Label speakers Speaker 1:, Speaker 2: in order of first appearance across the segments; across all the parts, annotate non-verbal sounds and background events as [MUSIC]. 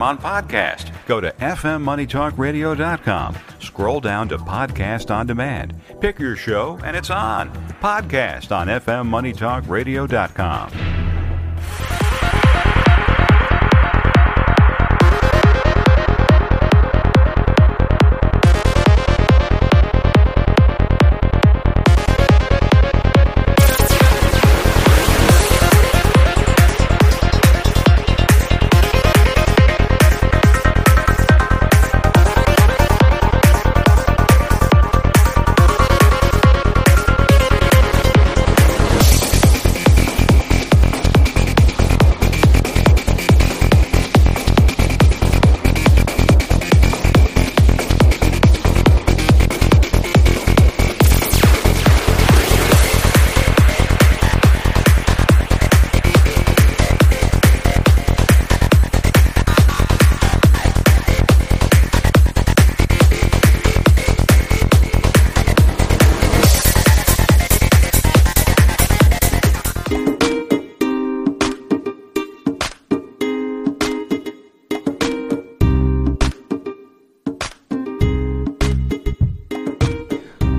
Speaker 1: on podcast. Go to fmmoneytalkradio.com, scroll down to podcast on demand, pick your show, and it's on. Podcast on fmmoneytalkradio.com.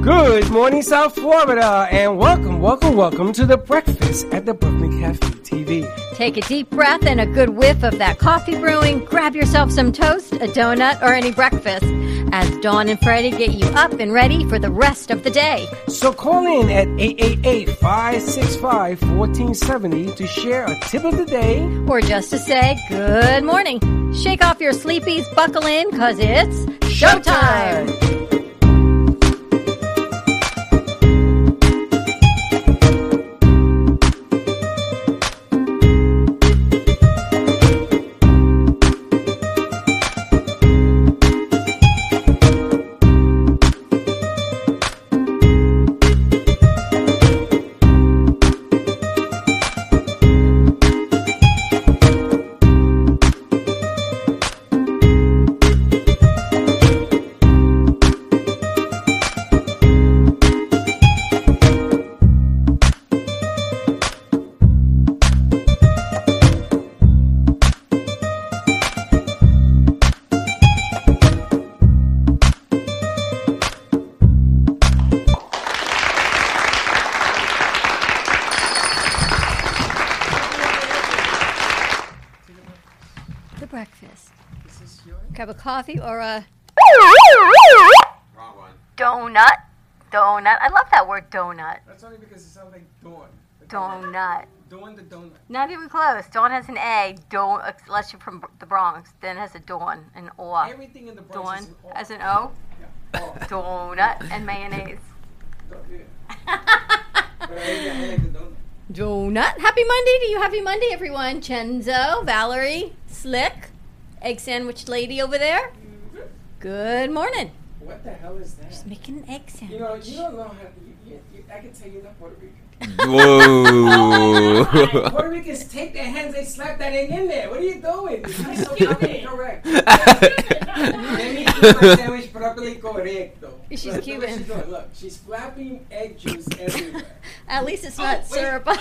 Speaker 2: Good morning, South Florida, and welcome, welcome, welcome to the breakfast at the Brooklyn Cafe TV.
Speaker 3: Take a deep breath and a good whiff of that coffee brewing. Grab yourself some toast, a donut, or any breakfast as Dawn and Freddie get you up and ready for the rest of the day.
Speaker 2: So call in at 888 565 1470 to share a tip of the day.
Speaker 3: Or just to say good morning. Shake off your sleepies, buckle in, because it's showtime. The breakfast. Cup of coffee or a donut. Donut. I love that word donut.
Speaker 2: That's only because it sounds like Dawn.
Speaker 3: Donut.
Speaker 2: Dawn the donut.
Speaker 3: Not even close. Dawn has an A. Dawn, unless you're from the Bronx, then it has a dawn, an or.
Speaker 2: Everything in the Bronx
Speaker 3: Dawn
Speaker 2: is
Speaker 3: as an O.
Speaker 2: an O.
Speaker 3: Donut and mayonnaise. Donut. Happy Monday to you. Happy Monday, everyone. Chenzo, Valerie, Slick, egg sandwich lady over there. Good morning.
Speaker 2: What the hell is that?
Speaker 3: Just making an egg sandwich.
Speaker 2: You know, you don't know how. You, you, you, I can tell you're not Puerto Rican.
Speaker 4: Whoa.
Speaker 2: Puerto Ricans take their hands, they slap that egg in there. What are you doing? You're so fucking correct. Let me eat my sandwich properly correcto.
Speaker 3: [LAUGHS] She's
Speaker 2: look, Look,
Speaker 3: Cuban.
Speaker 2: what she's doing. look, she's flapping egg juice everywhere. Oh,
Speaker 3: At least it's [LAUGHS] not
Speaker 2: Wait,
Speaker 3: syrup. [LAUGHS]
Speaker 2: Oh,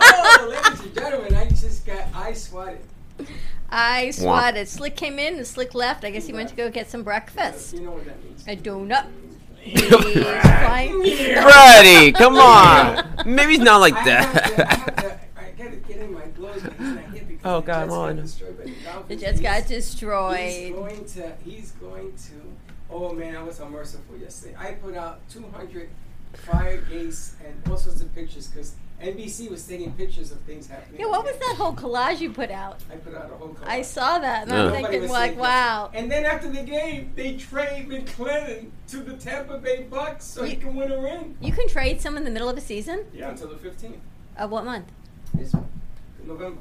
Speaker 2: oh, ladies and gentlemen, I just got I swatted.
Speaker 3: I swatted. Slick came in and Slick left. I guess he went to go get some breakfast.
Speaker 2: You know what that means. [LAUGHS]
Speaker 3: A donut. He's fine.
Speaker 4: Freddy, come on. Maybe it's not like
Speaker 2: I have to, I have
Speaker 4: that.
Speaker 2: to, I gotta get in my clothes, but he's not here
Speaker 4: [LAUGHS]
Speaker 2: because
Speaker 4: Oh,
Speaker 2: the
Speaker 4: come
Speaker 2: Jets got
Speaker 4: on.
Speaker 2: destroyed by the
Speaker 3: The
Speaker 2: Dolphins.
Speaker 3: Jets got
Speaker 2: He's- He's
Speaker 3: destroyed.
Speaker 2: going to. He's going to. Oh man, I was unmerciful yesterday. I put out 200 fire gates and all sorts of pictures because NBC was taking pictures of things happening.
Speaker 3: Yeah, what was that whole collage you put out?
Speaker 2: I put out a whole.
Speaker 3: I
Speaker 2: collage.
Speaker 3: saw that and I'm
Speaker 4: Yeah.
Speaker 2: Nobody
Speaker 3: thinking,
Speaker 2: was
Speaker 3: like,
Speaker 2: saying
Speaker 3: wow.
Speaker 2: that. And then after the game, they trade McClendon to the Tampa Bay Bucks so he
Speaker 3: You-
Speaker 2: can win a ring.
Speaker 3: You can trade some in the middle of a season?
Speaker 2: Yeah, until the 15th.
Speaker 3: Of what month?
Speaker 2: It's November.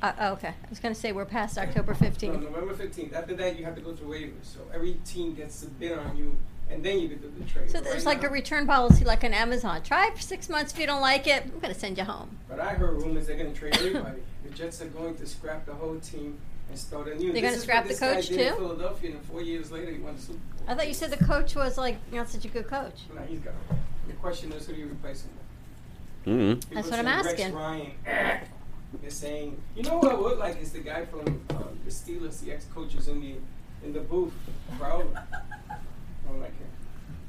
Speaker 3: Uh, oh, okay. I was going to say we're past October
Speaker 2: No,
Speaker 3: 15th.
Speaker 2: November 15th. After that, you have to go through waivers. So every team gets a bid on you, and then you can do the trade.
Speaker 3: So
Speaker 2: But
Speaker 3: there's
Speaker 2: right
Speaker 3: like a
Speaker 2: now-
Speaker 3: return policy, like on Amazon. Try it for six months. If you don't like it, I'm going to send you home.
Speaker 2: But I heard rumors they're going to trade everybody. the Jets are going to scrap the whole team and start a new.
Speaker 3: They're
Speaker 2: This
Speaker 3: gonna
Speaker 2: is
Speaker 3: scrap
Speaker 2: what
Speaker 3: the
Speaker 2: this guy
Speaker 3: coach,
Speaker 2: did in
Speaker 3: too?
Speaker 2: Philadelphia, and four years later he won the Super Bowl.
Speaker 3: I thought you said the coach was, like, not such a good coach.
Speaker 2: Now he's got. The question is, who do you replace him with?
Speaker 4: [LAUGHS] Mm.
Speaker 2: People
Speaker 3: That's what
Speaker 2: said
Speaker 3: I'm
Speaker 2: Rex
Speaker 3: asking.
Speaker 2: Ryan. [LAUGHS] They're saying, you know what I would like is the guy from um, the Steelers, the ex-coach, is in the in the booth,
Speaker 3: [LAUGHS]
Speaker 2: bro. I don't like him.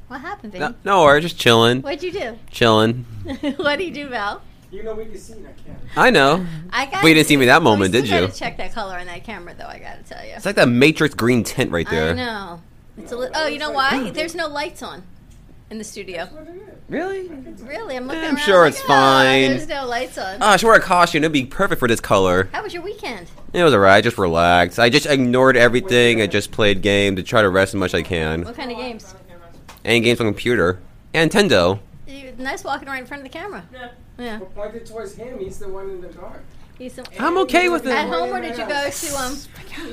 Speaker 3: What happened, baby?
Speaker 4: No, no worries, just chilling,
Speaker 3: What'd you do? [LAUGHS]
Speaker 4: chilling.
Speaker 3: What'd he do, Val?
Speaker 2: You know we can see it. I can't.
Speaker 4: I know.
Speaker 3: I got.
Speaker 4: But you didn't see me that moment, did you?
Speaker 3: Gotta check that color on that camera, though. I gotta tell you.
Speaker 4: It's like that Matrix green tint right
Speaker 3: I
Speaker 4: there.
Speaker 3: know. It's a
Speaker 2: No,
Speaker 3: li-
Speaker 2: that
Speaker 3: oh,
Speaker 2: looks
Speaker 3: you know
Speaker 2: like-
Speaker 3: why? There's no lights on in the studio.
Speaker 2: That's what it is.
Speaker 4: Really?
Speaker 3: Really, I'm looking.
Speaker 4: I'm
Speaker 3: around
Speaker 4: sure
Speaker 3: like,
Speaker 4: it's
Speaker 3: "Oh,
Speaker 4: fine."
Speaker 3: There's no lights on.
Speaker 4: Oh, I should wear a costume. It'd be perfect for this color.
Speaker 3: How was your weekend?
Speaker 4: It was alright. I just relaxed. I just ignored everything. I just played game to try to rest as much as I can.
Speaker 3: What kind of games?
Speaker 4: And games on computer. And Nintendo.
Speaker 3: You- Nice walking right in front of the camera. Yeah.
Speaker 2: But pointed towards him. He's the one in the dark.
Speaker 3: He's some-
Speaker 4: I'm okay with it.
Speaker 3: At home, or did you go to um?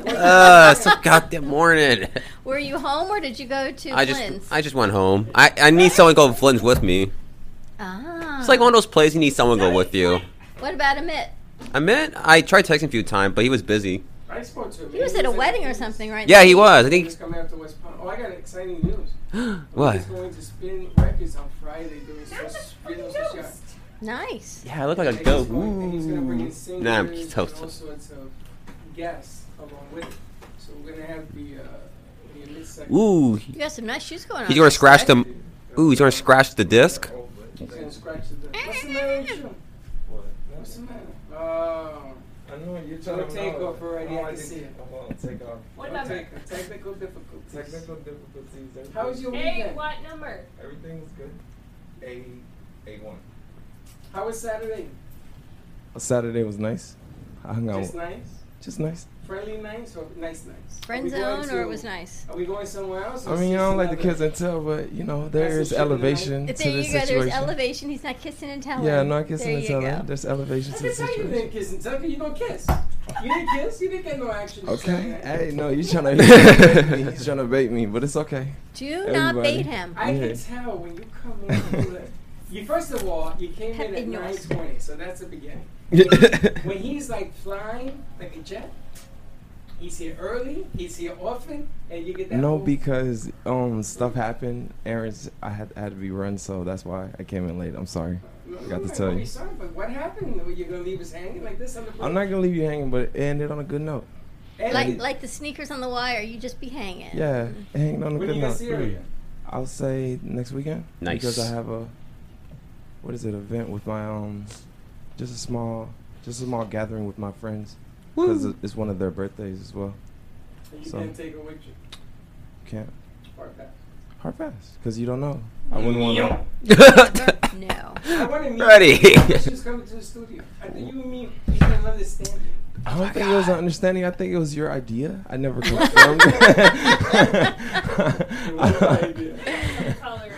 Speaker 4: Uh,
Speaker 3: [LAUGHS]
Speaker 4: it's a goddamn morning.
Speaker 3: Were you home, or did you go to
Speaker 4: I just
Speaker 3: Flynn's?
Speaker 4: I just went home. I, I need someone to go to Flynn's with me.
Speaker 3: ah.
Speaker 4: It's like one of those places you need someone to go with you.
Speaker 3: What about Amit?
Speaker 4: I meant I tried texting a few times, but he was busy.
Speaker 2: I spoke to him.
Speaker 3: He was at a wedding or something, right?
Speaker 4: Yeah, he was. I
Speaker 2: He
Speaker 4: think
Speaker 2: was coming after West Palm. Oh, I got exciting news.
Speaker 4: what?
Speaker 2: He's going to spin records on Friday doing some spin on the shot.
Speaker 3: Nice.
Speaker 4: Yeah, I look like
Speaker 2: And
Speaker 4: a
Speaker 2: he's
Speaker 4: goat.
Speaker 2: going- and He's going to bring in
Speaker 4: Ooh.
Speaker 2: singers
Speaker 4: Nah, I'm
Speaker 2: and
Speaker 4: so
Speaker 2: all sorts of guests along with it. So we're going to have the, uh, the midsection.
Speaker 4: Ooh,
Speaker 3: You got some nice shoes going on.
Speaker 4: he's gonna
Speaker 3: there, sir.
Speaker 4: scratch the. Ooh, he's gonna scratch the disc.
Speaker 2: He's going to scratch the. What's the matter with you? What's the matter? Oh.
Speaker 5: I know you're
Speaker 2: Don't
Speaker 5: trying to
Speaker 2: take
Speaker 5: know.
Speaker 2: off already, I
Speaker 5: No,
Speaker 2: can
Speaker 5: didn't.
Speaker 2: see it.
Speaker 5: Come on, take off.
Speaker 6: What
Speaker 5: Don't
Speaker 6: about
Speaker 5: take-
Speaker 6: it?
Speaker 2: Technical Oh, technical difficulties.
Speaker 5: Technical difficulties. everything-
Speaker 2: How was your
Speaker 6: Hey,
Speaker 2: weekend?
Speaker 6: what number?
Speaker 5: Everything's good. A, A one.
Speaker 2: How was Saturday?
Speaker 5: Saturday was nice. I hung out.
Speaker 2: Just nice?
Speaker 5: Just nice.
Speaker 2: Friendly nice or nice nice? Are
Speaker 3: friend
Speaker 2: we going
Speaker 3: zone, or it
Speaker 2: to-
Speaker 3: was nice.
Speaker 2: Are we going somewhere else? or
Speaker 5: I mean, you
Speaker 2: see
Speaker 5: don't like the
Speaker 2: another-
Speaker 5: kids until, but you know
Speaker 2: That's
Speaker 5: there
Speaker 2: the
Speaker 5: is
Speaker 2: shit in the
Speaker 5: elevation to
Speaker 3: There you
Speaker 5: the
Speaker 3: go. There's
Speaker 5: situation.
Speaker 3: elevation. He's not kissing and telling.
Speaker 5: Yeah, no kissing
Speaker 3: there
Speaker 5: and
Speaker 3: you
Speaker 5: telling.
Speaker 3: go.
Speaker 5: There's elevation
Speaker 2: I
Speaker 5: to the
Speaker 2: can tell you
Speaker 5: situation.
Speaker 2: didn't kiss and tell me you don't kiss. You didn't kiss. You didn't get no action.
Speaker 5: Okay.
Speaker 2: Saturday.
Speaker 5: Hey, no, you trying to bait me. He's trying to bait me, but it's okay.
Speaker 3: Do not
Speaker 5: Everybody.
Speaker 3: bait him.
Speaker 2: I
Speaker 5: Yeah.
Speaker 2: can tell when you come in. you
Speaker 5: [LAUGHS]
Speaker 2: look- You first of all, you came in
Speaker 3: Pepe
Speaker 2: at
Speaker 3: North.
Speaker 2: nine twenty, so that's the beginning.
Speaker 4: [LAUGHS]
Speaker 2: When he's like flying like a jet, he's here early. He's here often, and you get that.
Speaker 5: No,
Speaker 2: whole-
Speaker 5: because um stuff happened. Aaron's I had I had to be run, so that's why I came in late. I'm sorry.
Speaker 2: No,
Speaker 5: got to
Speaker 2: I'm
Speaker 5: tell you.
Speaker 2: really Sorry, but what happened? Were you gonna leave us hanging like this on the?
Speaker 5: I'm not gonna leave you hanging, but it ended on a good note.
Speaker 2: And
Speaker 3: Like like the sneakers on the wire. You just be hanging.
Speaker 5: Yeah, it hanged on a
Speaker 2: when
Speaker 5: good
Speaker 2: you get
Speaker 5: note.
Speaker 2: serious.
Speaker 5: I'll say next weekend.
Speaker 4: Nice.
Speaker 5: Because I have a what is it event with my um just a small just a small gathering with my friends because it's one of their birthdays as well.
Speaker 2: and You
Speaker 5: So-
Speaker 2: can't take her with you.
Speaker 5: Can't
Speaker 2: Or that.
Speaker 5: hard pass because you don't know. I wouldn't want to.
Speaker 3: no.
Speaker 2: I want to meet.
Speaker 4: Ready.
Speaker 2: She's coming to the studio. I think you and me we can understand it.
Speaker 5: I don't think it was an understanding. I think it was your idea.
Speaker 2: [LAUGHS]
Speaker 5: I never confirmed. [LAUGHS] I
Speaker 6: Color.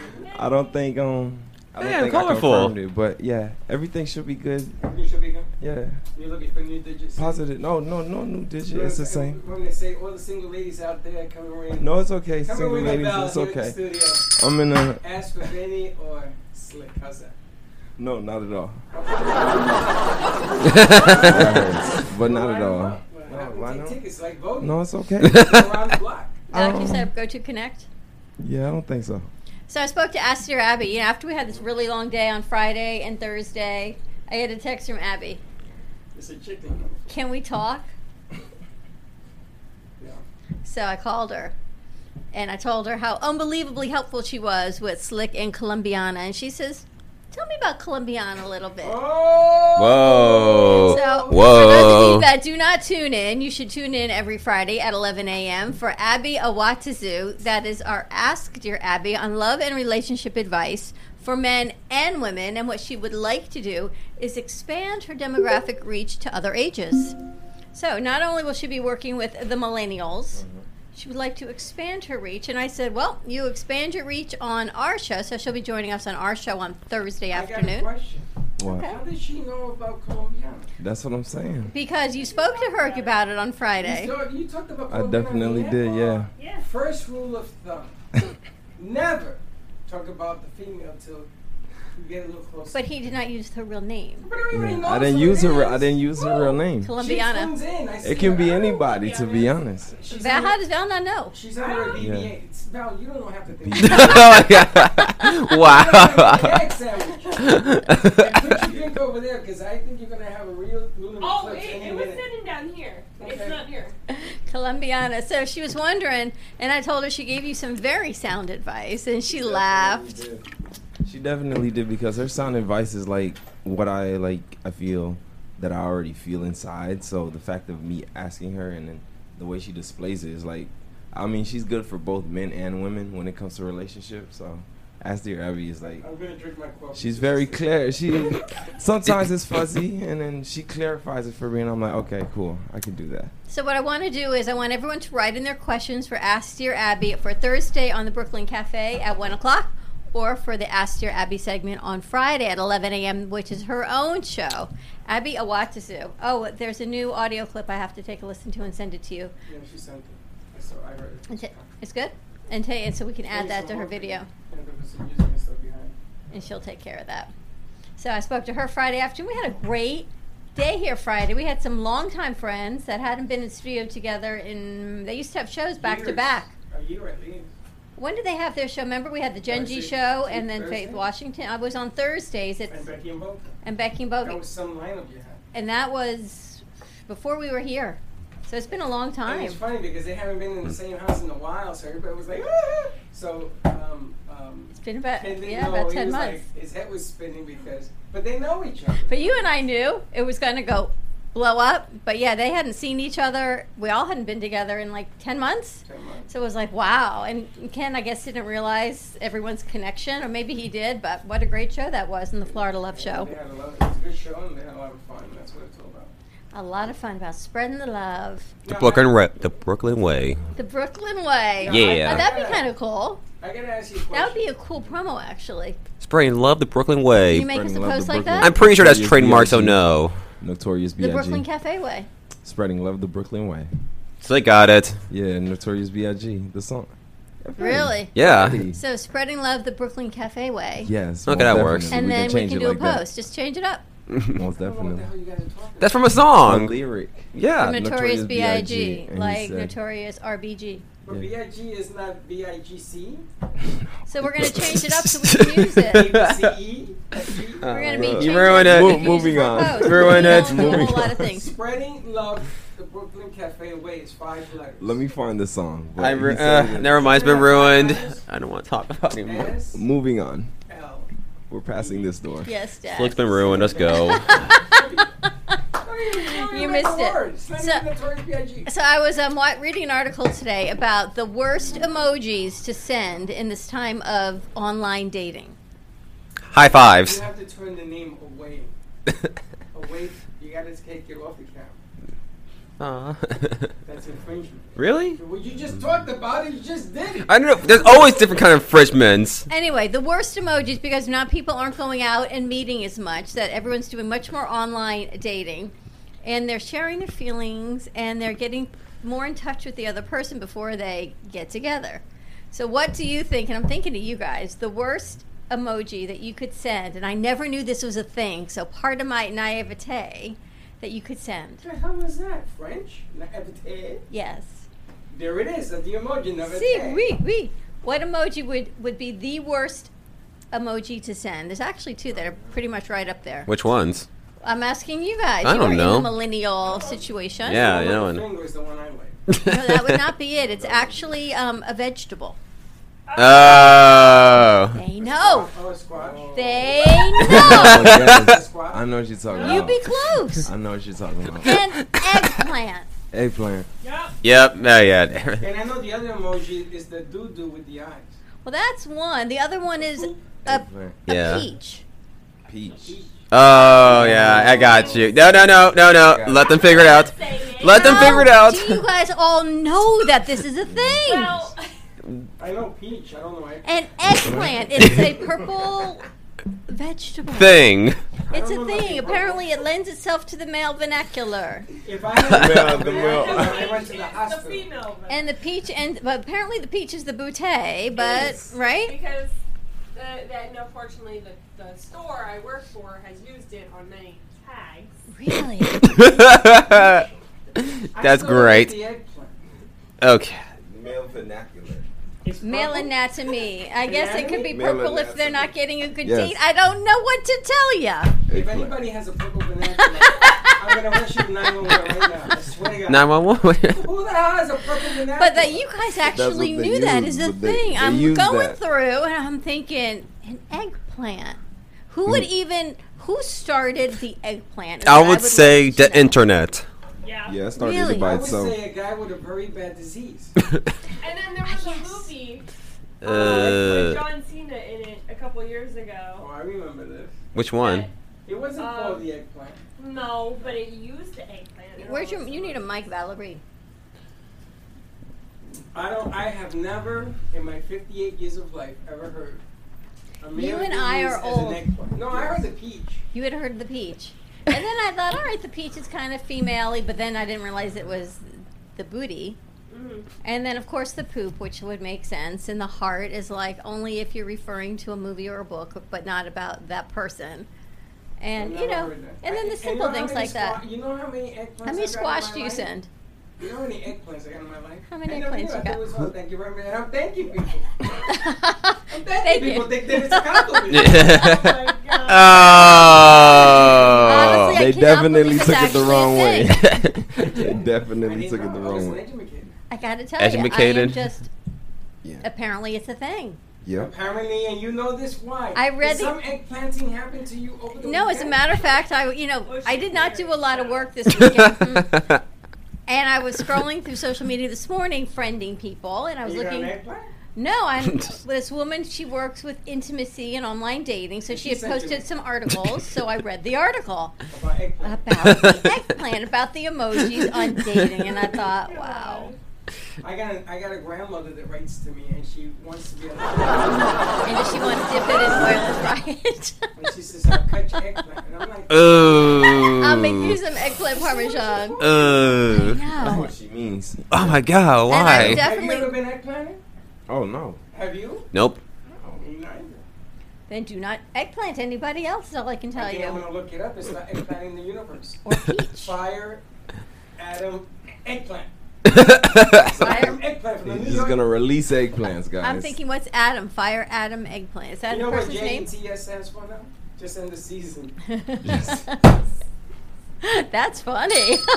Speaker 5: don't think um. I don't
Speaker 4: Man,
Speaker 5: think I
Speaker 4: colorful.
Speaker 5: confirmed it, but yeah, everything should be good.
Speaker 2: You should be good.
Speaker 5: Yeah,
Speaker 2: You're looking for new digits.
Speaker 5: positive. No, no, no new digit.
Speaker 2: Look,
Speaker 5: It's the
Speaker 2: I-
Speaker 5: same.
Speaker 2: When they say all the single ladies out there coming ring.
Speaker 5: No, it's okay.
Speaker 2: Come
Speaker 5: Single
Speaker 2: ring a
Speaker 5: ladies,
Speaker 2: bell
Speaker 5: it's
Speaker 2: here at the
Speaker 5: okay.
Speaker 2: Studio.
Speaker 5: I'm in a
Speaker 2: Ask for Benny or Slick. How's that?
Speaker 5: no, not at all.
Speaker 4: I
Speaker 5: [LAUGHS] but not at
Speaker 2: Well,
Speaker 5: all.
Speaker 2: why not?
Speaker 5: No,
Speaker 2: Well, I
Speaker 5: why
Speaker 2: can
Speaker 5: not?
Speaker 2: take tickets [LAUGHS] like voting.
Speaker 5: No, it's okay.
Speaker 2: Go around the block.
Speaker 3: Doc, you
Speaker 5: Um,
Speaker 3: set up go to connect.
Speaker 5: yeah, I don't think so.
Speaker 3: So I spoke to Astor Abby. You know, after we had this really long day on Friday and Thursday, I had a text from Abby.
Speaker 2: It's a chicken.
Speaker 3: Can we talk?
Speaker 2: Yeah.
Speaker 3: So I called her and I told her how unbelievably helpful she was with Slick and Columbiana. And she says, Tell me about Columbiana a little bit.
Speaker 2: Oh.
Speaker 4: [LAUGHS] Whoa.
Speaker 3: So,
Speaker 4: Oh, Whoa.
Speaker 3: for those of you that do not tune in, you should tune in every Friday at 11 a.m. for Abby Awatazu. That is our Ask Dear Abby on love and relationship advice for men and women. And what she would like to do is expand her demographic reach to other ages. So, not only will she be working with the millennials, she would like to expand her reach. And I said, Well, you expand your reach on our show. So, she'll be joining us on our show on Thursday
Speaker 2: I got a
Speaker 3: afternoon.
Speaker 2: question.
Speaker 5: What?
Speaker 3: Okay.
Speaker 2: How did she know about Colombiana?
Speaker 5: That's what I'm saying.
Speaker 3: Because you spoke to her about it on Friday.
Speaker 2: You, talk- you talked about
Speaker 5: I
Speaker 2: Colombiana
Speaker 5: definitely
Speaker 2: on the
Speaker 5: did.
Speaker 2: air?
Speaker 5: Yeah.
Speaker 6: Yeah.
Speaker 2: First rule of
Speaker 5: [LAUGHS]
Speaker 2: thumb: never talk about the female till you get a little closer.
Speaker 3: But he did not use her real name.
Speaker 2: But everybody
Speaker 5: Yeah.
Speaker 2: knows
Speaker 5: I didn't
Speaker 2: who it
Speaker 5: use her. re- I
Speaker 2: is.
Speaker 5: didn't use her real name.
Speaker 2: She
Speaker 3: Columbiana.
Speaker 2: tunes in, I see
Speaker 5: It can
Speaker 2: her.
Speaker 5: be
Speaker 2: I don't know
Speaker 5: anybody, to be honest.
Speaker 2: She's
Speaker 3: Val,
Speaker 2: under,
Speaker 3: how does Val not know? [LAUGHS]
Speaker 2: she's under a
Speaker 5: Yeah.
Speaker 2: DBA. It's, Val, you don't have to
Speaker 5: [LAUGHS]
Speaker 2: think.
Speaker 5: B-
Speaker 2: You're
Speaker 4: [LAUGHS]
Speaker 2: [LAUGHS]
Speaker 4: wow.
Speaker 5: [LAUGHS]
Speaker 2: gonna get a egg sandwich. And put you can't go over there because I think you're gonna have a real lunar
Speaker 6: Oh
Speaker 2: eclipse
Speaker 6: wait,
Speaker 2: any
Speaker 6: it was
Speaker 2: minute.
Speaker 6: sitting down here.
Speaker 2: Okay.
Speaker 6: It's not here.
Speaker 3: Columbiana. So she was wondering, and I told her she gave you some very sound advice, and she
Speaker 2: Definitely
Speaker 3: laughed.
Speaker 2: did.
Speaker 5: She definitely did because her sound advice is like what I like. I feel that I already feel inside. So the fact of me asking her and then the way she displays it is like, I mean, she's good for both men and women when it comes to relationships. So, ask dear Abby is like
Speaker 2: I'm gonna drink my coffee.
Speaker 5: she's very clear. She sometimes it's fuzzy and then she clarifies it for me, and I'm like, okay, cool, I can do that.
Speaker 3: So what I want to do is I want everyone to write in their questions for Ask Dear Abby for Thursday on the Brooklyn Cafe at one o'clock, or for the Ask Dear Abby segment on Friday at eleven a.m., which is her own show. Abby Awatazu. Oh, there's a new audio clip I have to take a listen to and send it to you.
Speaker 2: Yeah, she sent it. I saw. I heard it.
Speaker 3: And ta- It's good, and ta- and so we can add that to her video.
Speaker 2: And there was some music and stuff behind.
Speaker 3: and she'll take care of that. So I spoke to her Friday afternoon. We had a great day here Friday. We had some longtime friends that hadn't been in studio together in they used to have shows back to
Speaker 2: Years.
Speaker 3: back.
Speaker 2: A year at least.
Speaker 3: When did they have their show? Remember we had the Gen Z
Speaker 2: Thursday.
Speaker 3: show and then
Speaker 2: Thursday?
Speaker 3: Faith Washington. I was on Thursdays at
Speaker 2: And Becky and Boca.
Speaker 3: and Becky and
Speaker 2: That
Speaker 3: Bogey.
Speaker 2: was some lineup you had.
Speaker 3: And that was before we were here. So it's been a long
Speaker 2: And
Speaker 3: time.
Speaker 2: it's funny because they haven't been in the same house in a while, so everybody was like, "Ah!" so. Um, um,
Speaker 3: It's been about
Speaker 2: Ken didn't
Speaker 3: yeah,
Speaker 2: know.
Speaker 3: about
Speaker 2: He
Speaker 3: ten
Speaker 2: was
Speaker 3: months.
Speaker 2: Like, his head was spinning because, but they know each other.
Speaker 3: But you and I knew it was going to go blow up. But yeah, they hadn't seen each other. We all hadn't been together in like 10 months.
Speaker 2: Ten months.
Speaker 3: So it was like, wow. And Ken, I guess, didn't realize everyone's connection, or maybe he did, but what a great show that was in the Florida Love Show.
Speaker 2: They had a lot. It was a good show, and they had a lot of fun. and That's what it's all about.
Speaker 3: A lot of fun about spreading the love.
Speaker 4: The
Speaker 2: Now,
Speaker 4: Brooklyn, re- the Brooklyn way.
Speaker 3: The Brooklyn Way.
Speaker 4: Yeah.
Speaker 3: Oh, that'd be kind of cool.
Speaker 2: I gotta ask you a question.
Speaker 3: That would be a cool promo, actually.
Speaker 4: Spraying love the Brooklyn
Speaker 3: Can you
Speaker 4: way.
Speaker 3: make us a
Speaker 5: Spreading love to
Speaker 3: post like
Speaker 5: Brooklyn.
Speaker 3: that?
Speaker 4: I'm pretty sure that's
Speaker 5: Notorious
Speaker 4: trademark, so
Speaker 5: B.I.G..
Speaker 4: no.
Speaker 5: Notorious
Speaker 3: the Brooklyn
Speaker 5: B.I.G.
Speaker 3: Cafe Way.
Speaker 5: spreading love the Brooklyn way.
Speaker 4: So they got it.
Speaker 5: Yeah, Notorious B.I.G. the song.
Speaker 3: Really?
Speaker 4: Yeah.
Speaker 3: So spreading love the Brooklyn Cafe Way.
Speaker 5: Yes.
Speaker 4: Okay,
Speaker 5: most
Speaker 4: that works.
Speaker 5: definitely.
Speaker 3: And then we
Speaker 5: change
Speaker 3: can
Speaker 5: it
Speaker 3: do a
Speaker 5: like that.
Speaker 3: post. Just change it up.
Speaker 5: Most
Speaker 2: I don't know what
Speaker 5: definitely.
Speaker 2: the hell you guys are talking about.
Speaker 4: That's from a
Speaker 5: A
Speaker 4: song.
Speaker 5: lyric.
Speaker 4: Yeah.
Speaker 3: Notorious
Speaker 5: Notorious B.I.G.,
Speaker 3: B.I.G.
Speaker 5: and he
Speaker 3: Like
Speaker 5: said- [LAUGHS]
Speaker 3: Notorious RBG.
Speaker 2: But B.I.G. is not B.I.G.C.
Speaker 4: [LAUGHS]
Speaker 3: So we're gonna change it up so we can use it.
Speaker 2: B.C.E.
Speaker 3: We're gonna
Speaker 4: Uh,
Speaker 3: be
Speaker 4: you
Speaker 3: changing
Speaker 4: ruined
Speaker 3: it.
Speaker 4: it.
Speaker 3: We can
Speaker 5: Mo-
Speaker 3: use
Speaker 5: moving
Speaker 3: for
Speaker 5: on.
Speaker 3: posts. We
Speaker 4: Ruined
Speaker 3: don't
Speaker 4: it.
Speaker 3: do A
Speaker 4: Moving
Speaker 3: whole lot
Speaker 4: on.
Speaker 3: of things.
Speaker 2: Spreading love, the Brooklyn Cafe way is five letters.
Speaker 5: Let me find the song. but
Speaker 4: I
Speaker 5: he
Speaker 4: ru- uh,
Speaker 5: said it.
Speaker 4: never mind, it's been ruined. I don't want to talk about it anymore.
Speaker 2: S
Speaker 5: Moving on.
Speaker 4: [LAUGHS]
Speaker 2: L.
Speaker 5: We're passing this door.
Speaker 3: Yes, Dad.
Speaker 4: Flick's been ruined. Let's go.
Speaker 3: [LAUGHS] You missed it.
Speaker 2: It's not
Speaker 3: So-
Speaker 2: even Notorious B.I.G.
Speaker 3: So I was um, wa- reading an article today about the worst emojis to send in this time of online dating.
Speaker 4: High
Speaker 2: You
Speaker 3: [LAUGHS]
Speaker 4: [LAUGHS] fives.
Speaker 2: have to turn the name away. Away. You gotta take it off the cap.
Speaker 4: Aw.
Speaker 2: That's infringement.
Speaker 4: really?
Speaker 2: Well, you just talked about it. You just did it.
Speaker 4: I don't know. There's always different kind of freshmen.
Speaker 3: Anyway, the worst emojis because now people aren't going out and meeting as much. That everyone's doing much more online dating, and they're sharing their feelings and they're getting more in touch with the other person before they get together. So, what do you think? And I'm thinking to you guys, the worst emoji that you could send, and I never knew this was a thing. So, part of my naivete that you could send.
Speaker 2: What the hell was that? French? Naivete?
Speaker 3: Yes.
Speaker 2: There it is. The emoji. Naivete.
Speaker 3: See, we we. What emoji would would be the worst emoji to send? There's actually two that are pretty much right up there.
Speaker 4: Which ones?
Speaker 3: I'm asking you guys.
Speaker 4: I
Speaker 3: you
Speaker 4: don't
Speaker 3: are
Speaker 4: know.
Speaker 3: In the millennial situation.
Speaker 4: Yeah,
Speaker 2: The
Speaker 4: you know,
Speaker 2: middle
Speaker 4: and-
Speaker 2: Oh, finger is the one I like.
Speaker 3: No, that would not be it. It's actually um, a vegetable.
Speaker 4: [LAUGHS] Oh.
Speaker 3: They know.
Speaker 2: Oh, squash.
Speaker 3: They
Speaker 5: [LAUGHS]
Speaker 4: [LAUGHS]
Speaker 5: Oh,
Speaker 3: know.
Speaker 5: yes.
Speaker 2: Squash.
Speaker 5: I know what you're talking
Speaker 3: you
Speaker 5: about.
Speaker 3: be close.
Speaker 5: I know what you're talking about.
Speaker 3: And eggplant.
Speaker 5: Eggplant.
Speaker 6: Yep.
Speaker 4: Yep. Oh, yeah. [LAUGHS]
Speaker 2: and I know the other emoji is the doo doo with the eyes.
Speaker 3: Well, that's one. The other one is a,
Speaker 5: Eggplant.
Speaker 3: a
Speaker 4: Yeah.
Speaker 3: peach.
Speaker 5: Peach.
Speaker 4: Oh, yeah. I got you. No, no, no, no, no. Let them figure it out. Let them figure it out.
Speaker 3: Do you guys all know that this is a thing?
Speaker 6: Well,
Speaker 2: I know peach. I don't know. I,
Speaker 3: An eggplant is a purple vegetable. [LAUGHS]
Speaker 4: Thing. [LAUGHS]
Speaker 3: It's
Speaker 2: I
Speaker 3: a
Speaker 2: don't know nothing
Speaker 3: thing.
Speaker 2: about
Speaker 3: Apparently, it lends itself to the male vernacular.
Speaker 2: if I had
Speaker 4: Yeah, the [LAUGHS]
Speaker 2: if I [LAUGHS]
Speaker 5: male.
Speaker 2: had- I went to
Speaker 7: [LAUGHS]
Speaker 6: [LAUGHS]
Speaker 2: the
Speaker 6: the
Speaker 2: hospital.
Speaker 6: female one.
Speaker 3: And the peach and but apparently the peach is the bootay, but
Speaker 6: Yes.
Speaker 3: right?
Speaker 6: because the, that no, fortunately, the, the store I work for has used it on many tags.
Speaker 3: Really?
Speaker 2: I
Speaker 4: That's
Speaker 2: still like
Speaker 4: great.
Speaker 2: The eggplant.
Speaker 4: Okay.
Speaker 5: Male vernacular.
Speaker 7: It's
Speaker 3: Male
Speaker 7: purple?
Speaker 3: anatomy. I guess it could be
Speaker 5: Male
Speaker 3: purple if they're not
Speaker 5: anatomy.
Speaker 3: getting a good
Speaker 5: Yes.
Speaker 3: date. I don't know what to tell ya.
Speaker 2: If
Speaker 5: Eggplant.
Speaker 2: anybody has a purple banana, I'm gonna rush you to 911 right now. I swear to God.
Speaker 4: Nine one one.
Speaker 2: Who the hell has a purple banana?
Speaker 3: But that you guys actually
Speaker 5: they
Speaker 3: knew that
Speaker 5: use,
Speaker 3: is the
Speaker 5: but they-
Speaker 3: thing.
Speaker 5: they
Speaker 3: I'm
Speaker 5: use
Speaker 3: going
Speaker 5: that.
Speaker 3: through and I'm thinking an eggplant. Who would
Speaker 5: Hmm.
Speaker 3: even? Who started the eggplant?
Speaker 4: I would say
Speaker 3: like
Speaker 4: the
Speaker 3: to know.
Speaker 4: internet. [LAUGHS]
Speaker 7: Yeah.
Speaker 5: Yeah, it started
Speaker 3: Really?
Speaker 5: by
Speaker 2: I would
Speaker 5: itself.
Speaker 2: say a guy with a very bad disease.
Speaker 6: And then there was a
Speaker 3: Yes.
Speaker 6: movie uh, with
Speaker 4: Uh,
Speaker 6: John Cena in it a couple years ago.
Speaker 2: Oh, I remember this.
Speaker 4: which one?
Speaker 2: It wasn't
Speaker 6: Um,
Speaker 2: called the eggplant.
Speaker 6: No, but it used the eggplant. in
Speaker 3: Where's
Speaker 6: all
Speaker 3: your?
Speaker 6: its
Speaker 3: You need a mic, Valerie.
Speaker 2: I don't. I have never, in my 58 years of life, ever heard. A man
Speaker 3: You and
Speaker 2: being
Speaker 3: I
Speaker 2: used
Speaker 3: are
Speaker 2: as an
Speaker 3: old.
Speaker 2: eggplant. No, I heard the peach.
Speaker 3: You had heard the peach, and then I thought, all right, the peach is kind of female-y, but then I didn't realize it was the booty.
Speaker 2: Mm-hmm.
Speaker 6: Mhm.
Speaker 3: And then, of course, the poop, which would make sense. And the heart is like only if you're referring to a movie or a book, but not about that person. And
Speaker 2: I've
Speaker 3: you
Speaker 2: never
Speaker 3: know,
Speaker 2: heard that.
Speaker 3: and
Speaker 2: I-
Speaker 3: then the
Speaker 2: you know
Speaker 3: simple
Speaker 2: how
Speaker 3: things
Speaker 2: many
Speaker 3: like that.
Speaker 2: squa- You know how many eggplants?
Speaker 3: How
Speaker 2: I've
Speaker 3: many
Speaker 2: gotten in
Speaker 3: squash
Speaker 2: my
Speaker 3: do you
Speaker 2: life?
Speaker 3: send?
Speaker 2: You know how many eggplants I got in my life?
Speaker 3: How many
Speaker 2: I never
Speaker 3: eggplants
Speaker 2: knew.
Speaker 3: you
Speaker 2: I thought
Speaker 3: got?
Speaker 2: it was all thank you very much. And I'm
Speaker 3: [LAUGHS]
Speaker 2: thanking people. [LAUGHS] I'm
Speaker 3: Thank
Speaker 2: thanking people.
Speaker 3: you.
Speaker 2: Think that it's a
Speaker 5: [LAUGHS]
Speaker 2: compliment.
Speaker 6: Oh my god.
Speaker 4: oh.
Speaker 3: Honestly, I
Speaker 5: They
Speaker 3: cannot
Speaker 5: definitely
Speaker 3: believe it's
Speaker 5: took it the
Speaker 3: actually a
Speaker 5: wrong way.
Speaker 3: thing.
Speaker 5: [LAUGHS] They
Speaker 2: I
Speaker 3: [LAUGHS]
Speaker 5: [LAUGHS] definitely
Speaker 2: didn't
Speaker 5: took it the
Speaker 2: know. I was
Speaker 5: wrong way.
Speaker 2: educated.
Speaker 3: I gotta tell you, I am
Speaker 4: Educated.
Speaker 3: just
Speaker 5: Yeah.
Speaker 3: apparently it's a thing.
Speaker 5: Yep.
Speaker 2: Apparently, and you know this why.
Speaker 3: I read
Speaker 2: Did
Speaker 3: the-
Speaker 2: some eggplanting happened to you over the
Speaker 3: No, as a
Speaker 2: weekend?
Speaker 3: matter of fact, I you know
Speaker 6: Oh,
Speaker 3: I
Speaker 6: she's
Speaker 3: did not do a lot of
Speaker 6: married.
Speaker 4: [LAUGHS]
Speaker 3: work this weekend, Mm. and I was scrolling through social media this morning, friending people, and I was
Speaker 2: You got an
Speaker 3: looking.
Speaker 2: eggplant? [LAUGHS]
Speaker 3: No, I'm this woman. She works with intimacy and online dating, so she
Speaker 2: She
Speaker 3: had
Speaker 2: sent you
Speaker 3: posted
Speaker 2: it.
Speaker 3: some articles. So I read the
Speaker 2: [LAUGHS]
Speaker 3: article
Speaker 2: About eggplant.
Speaker 3: about the eggplant, about the emojis on dating, and I thought, wow.
Speaker 2: I got a, I got a grandmother that writes to me, and she wants to be alive.
Speaker 3: And does she want to dip it in oil and fry
Speaker 2: and
Speaker 3: it?
Speaker 2: she says, "I'll cut your eggplant," and I'm like,
Speaker 3: I'll make you
Speaker 4: [LAUGHS] Ooh.
Speaker 3: some eggplant parmesan.
Speaker 4: Ooh.
Speaker 5: That's
Speaker 3: No.
Speaker 5: what she means.
Speaker 4: Oh my god,
Speaker 3: And I
Speaker 4: why?
Speaker 3: def-
Speaker 2: "Have you
Speaker 3: Definitely.
Speaker 2: ever been eggplanted?
Speaker 5: Oh no.
Speaker 2: Have you?"
Speaker 4: Nope.
Speaker 2: No, me neither.
Speaker 3: Then do not eggplant anybody else. Is all I can
Speaker 2: I
Speaker 3: tell
Speaker 2: think I'm
Speaker 3: you.
Speaker 2: gonna look it up. It's not eggplant in the universe.
Speaker 3: Or
Speaker 2: [LAUGHS]
Speaker 3: peach.
Speaker 2: Fire, Adam, eggplant. Adam,
Speaker 3: Fire.
Speaker 2: eggplant from the New
Speaker 5: He's just
Speaker 2: York.
Speaker 5: gonna release eggplants, guys.
Speaker 3: I'm thinking, what's Adam? Fire Adam eggplant. Is that
Speaker 2: you know
Speaker 3: a
Speaker 2: what
Speaker 3: person's
Speaker 2: J E
Speaker 3: name? [LAUGHS]
Speaker 2: T S stands for now? Just end the season.
Speaker 3: [LAUGHS] That's funny. [LAUGHS]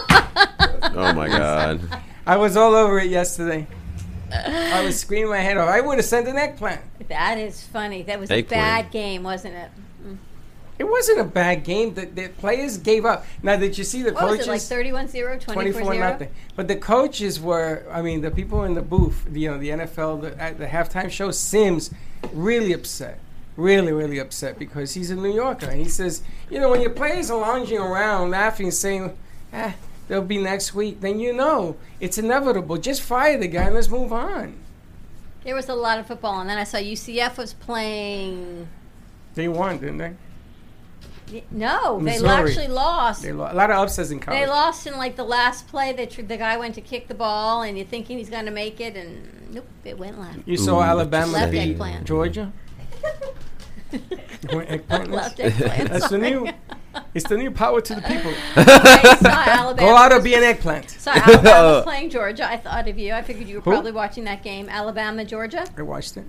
Speaker 4: [LAUGHS] Oh my god.
Speaker 2: [LAUGHS] I was all over it yesterday. I
Speaker 3: [LAUGHS]
Speaker 2: was screaming my head off. I would have sent an eggplant.
Speaker 3: That is funny. That was a
Speaker 4: Eggplant.
Speaker 3: bad game, wasn't it?
Speaker 2: It wasn't a bad game. The, the players gave up. Now, did you see the
Speaker 3: What
Speaker 2: coaches?
Speaker 3: was it like 31 0, 24
Speaker 2: 24 nothing. But the coaches were, I mean, the people in the booth, the, you know, the NFL, the, at the halftime show, Sims, really upset. Really, really upset because he's a New Yorker. And he says, you know, when your players are lounging around laughing, saying, ah, they'll be next week, then you know it's inevitable. Just fire the guy and let's move on.
Speaker 3: There was a lot of football, and then I saw UCF was playing.
Speaker 2: They won, didn't they?
Speaker 3: No, they
Speaker 2: Missouri.
Speaker 3: actually lost.
Speaker 2: They lost. A lot of upsets in college.
Speaker 3: They lost in like the last play. They tr- the guy went to kick the ball, and you're thinking he's going to make it, and nope, it went left.
Speaker 2: You saw
Speaker 4: Ooh,
Speaker 2: Alabama
Speaker 3: Left
Speaker 2: beat
Speaker 3: eggplant. [LAUGHS]
Speaker 2: Georgia. Went eggplant.
Speaker 3: left
Speaker 2: [LAUGHS]
Speaker 3: eggplant.
Speaker 2: That's the
Speaker 3: sorry. [LAUGHS]
Speaker 2: new. It's the new power to the people.
Speaker 3: I saw Alabama.
Speaker 2: Go out and be an eggplant.
Speaker 3: Sorry,
Speaker 2: [LAUGHS]
Speaker 3: Alabama was playing Georgia. I thought of you. I figured you were probably watching that game. Alabama, Georgia.
Speaker 2: I watched it.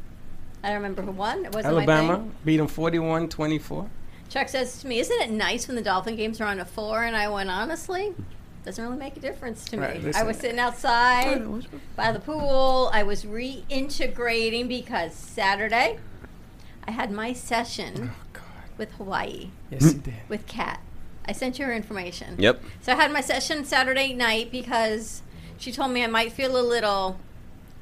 Speaker 3: I don't remember who won. It wasn't my
Speaker 2: Alabama
Speaker 3: thing.
Speaker 2: beat them 41 24.
Speaker 3: Chuck says to me, "Isn't it nice when the Dolphin games are on at four? And I went, "Honestly, doesn't really make a difference to me.
Speaker 2: Right,
Speaker 3: I
Speaker 2: listen.
Speaker 3: was sitting outside by the pool. I was reintegrating because Saturday I had my session
Speaker 2: Oh, God.
Speaker 3: with Hawaii
Speaker 2: Yes, you did.
Speaker 3: with Kat. I sent you her information.
Speaker 4: Yep.
Speaker 3: So I had my session Saturday night because she told me I might feel a little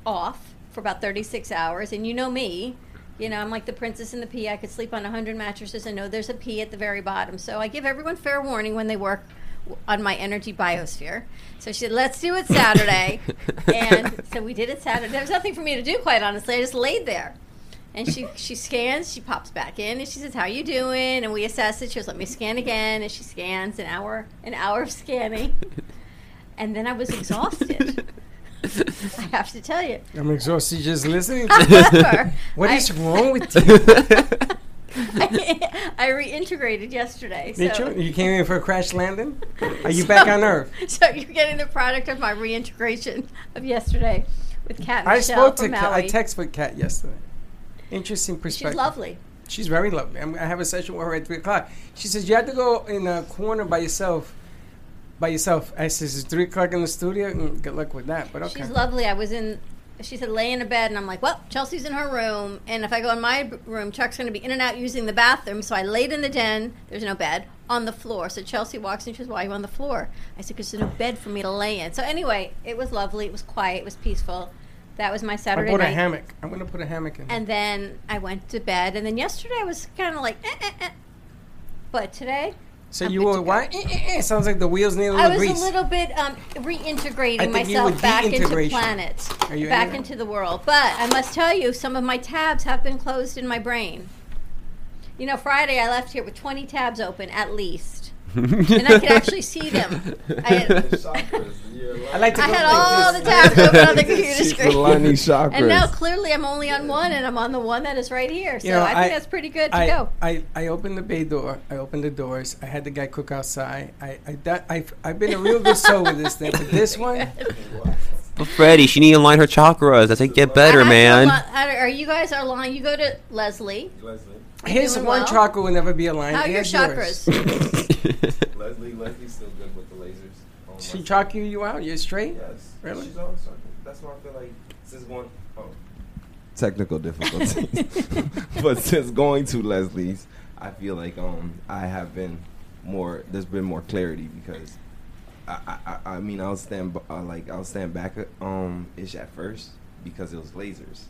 Speaker 3: off for about 36 hours. And you know me, you know, I'm like the princess in the pea. I could sleep on 100 mattresses and know there's a pea at the very bottom. So I give everyone fair warning when they work w- on my energy biosphere. So she said, let's do it Saturday. and so we did it Saturday. There was nothing for me to do, quite honestly. I just laid there. And she, she scans, she pops back in, and she says, "How you doing?" And we assess it. She goes, "Let me scan again," and she scans an hour, an hour of scanning, and then I was
Speaker 4: [LAUGHS]
Speaker 3: exhausted. I have to tell you, [LAUGHS]
Speaker 2: I'm exhausted just listening to
Speaker 3: However,
Speaker 2: What
Speaker 3: I-
Speaker 2: is wrong with you?
Speaker 3: I [LAUGHS] I reintegrated yesterday.
Speaker 2: Did
Speaker 3: so.
Speaker 2: you? You came in for a crash landing? Are you back on
Speaker 3: [LAUGHS]
Speaker 2: Earth?
Speaker 3: So you're getting the product of my reintegration of yesterday with Kat
Speaker 2: I
Speaker 3: Michelle
Speaker 2: spoke to
Speaker 3: from
Speaker 2: Kat.
Speaker 3: Maui.
Speaker 2: I texted with Kat yesterday. Interesting perspective.
Speaker 3: She's lovely.
Speaker 2: She's very lovely. I'm, I have a session with her at three o'clock. She says you have to go in a corner by yourself. By yourself. I says it's three o'clock in the studio. Mm, good luck with that. But okay.
Speaker 3: She's lovely. I was in. She said, lay in a bed, and I'm like, well, Chelsea's in her room, and if I go in my b- room, Chuck's going to be in and out using the bathroom. So I laid in the den. There's no bed on the floor. So Chelsea walks in. She says, why are you on the floor? I said, because there's no bed for me to lay in. So anyway, it was lovely. It was quiet. It was peaceful. That was my
Speaker 2: I
Speaker 3: Saturday
Speaker 2: bought a
Speaker 3: night.
Speaker 2: hammock. I'm gonna put a hammock in.
Speaker 3: And then I went to bed, and then yesterday I was kind of like, eh, eh, eh. but today
Speaker 2: so
Speaker 3: I'm
Speaker 2: you
Speaker 3: good
Speaker 2: were
Speaker 3: to go.
Speaker 2: why? Eh, eh, eh. Sounds like the wheels need a little
Speaker 3: I was
Speaker 2: grease.
Speaker 3: a little bit um, reintegrating
Speaker 2: I think you were
Speaker 3: myself back into
Speaker 2: deintegration.
Speaker 3: planet,
Speaker 2: Are you
Speaker 3: back
Speaker 2: in it?
Speaker 3: into the world. But I must tell you, some of my tabs have been closed in my brain. You know, Friday I left here with 20 tabs open at least, and I
Speaker 2: [LAUGHS]
Speaker 3: could actually see them. I had,
Speaker 2: I like to
Speaker 3: I
Speaker 2: go
Speaker 3: had
Speaker 2: like
Speaker 3: all
Speaker 2: this.
Speaker 3: the tabs open on the computer
Speaker 5: She's
Speaker 3: screen.
Speaker 5: Kalani chakras.
Speaker 3: And now clearly I'm only on one, and I'm on the one that is right here. So
Speaker 2: You know,
Speaker 3: I think
Speaker 2: I-
Speaker 3: that's pretty good to
Speaker 2: I,
Speaker 3: go.
Speaker 2: I, I opened the bay door. I opened the doors. I had the guy cook outside. I, I that, I've, I've been a real good soul with this thing. But
Speaker 3: [LAUGHS]
Speaker 2: this one,
Speaker 4: But Freddie, she need to align her chakras. That's like get better,
Speaker 3: I- I
Speaker 4: man.
Speaker 3: feel li- I- Are you guys are lying? You go to Leslie.
Speaker 5: Leslie,
Speaker 2: his
Speaker 3: doing
Speaker 2: one
Speaker 3: well?
Speaker 2: chakra will never be aligned.
Speaker 3: How are your
Speaker 2: Here's
Speaker 3: chakras?
Speaker 4: [LAUGHS]
Speaker 2: Yours.
Speaker 5: Leslie, Leslie's still good with the lasers. Oh,
Speaker 2: She
Speaker 5: my-
Speaker 2: chalk you, you out. You're straight.
Speaker 5: Yes.
Speaker 2: Really?
Speaker 5: She's always talking. That's why I feel like since going. Oh. Technical [LAUGHS] difficulties. but since going to Leslie's, I feel like um I have been more. There's been more clarity because. I, I, I- I mean I'll stand b- uh, like I'll stand back uh, um ish at first because it was lasers,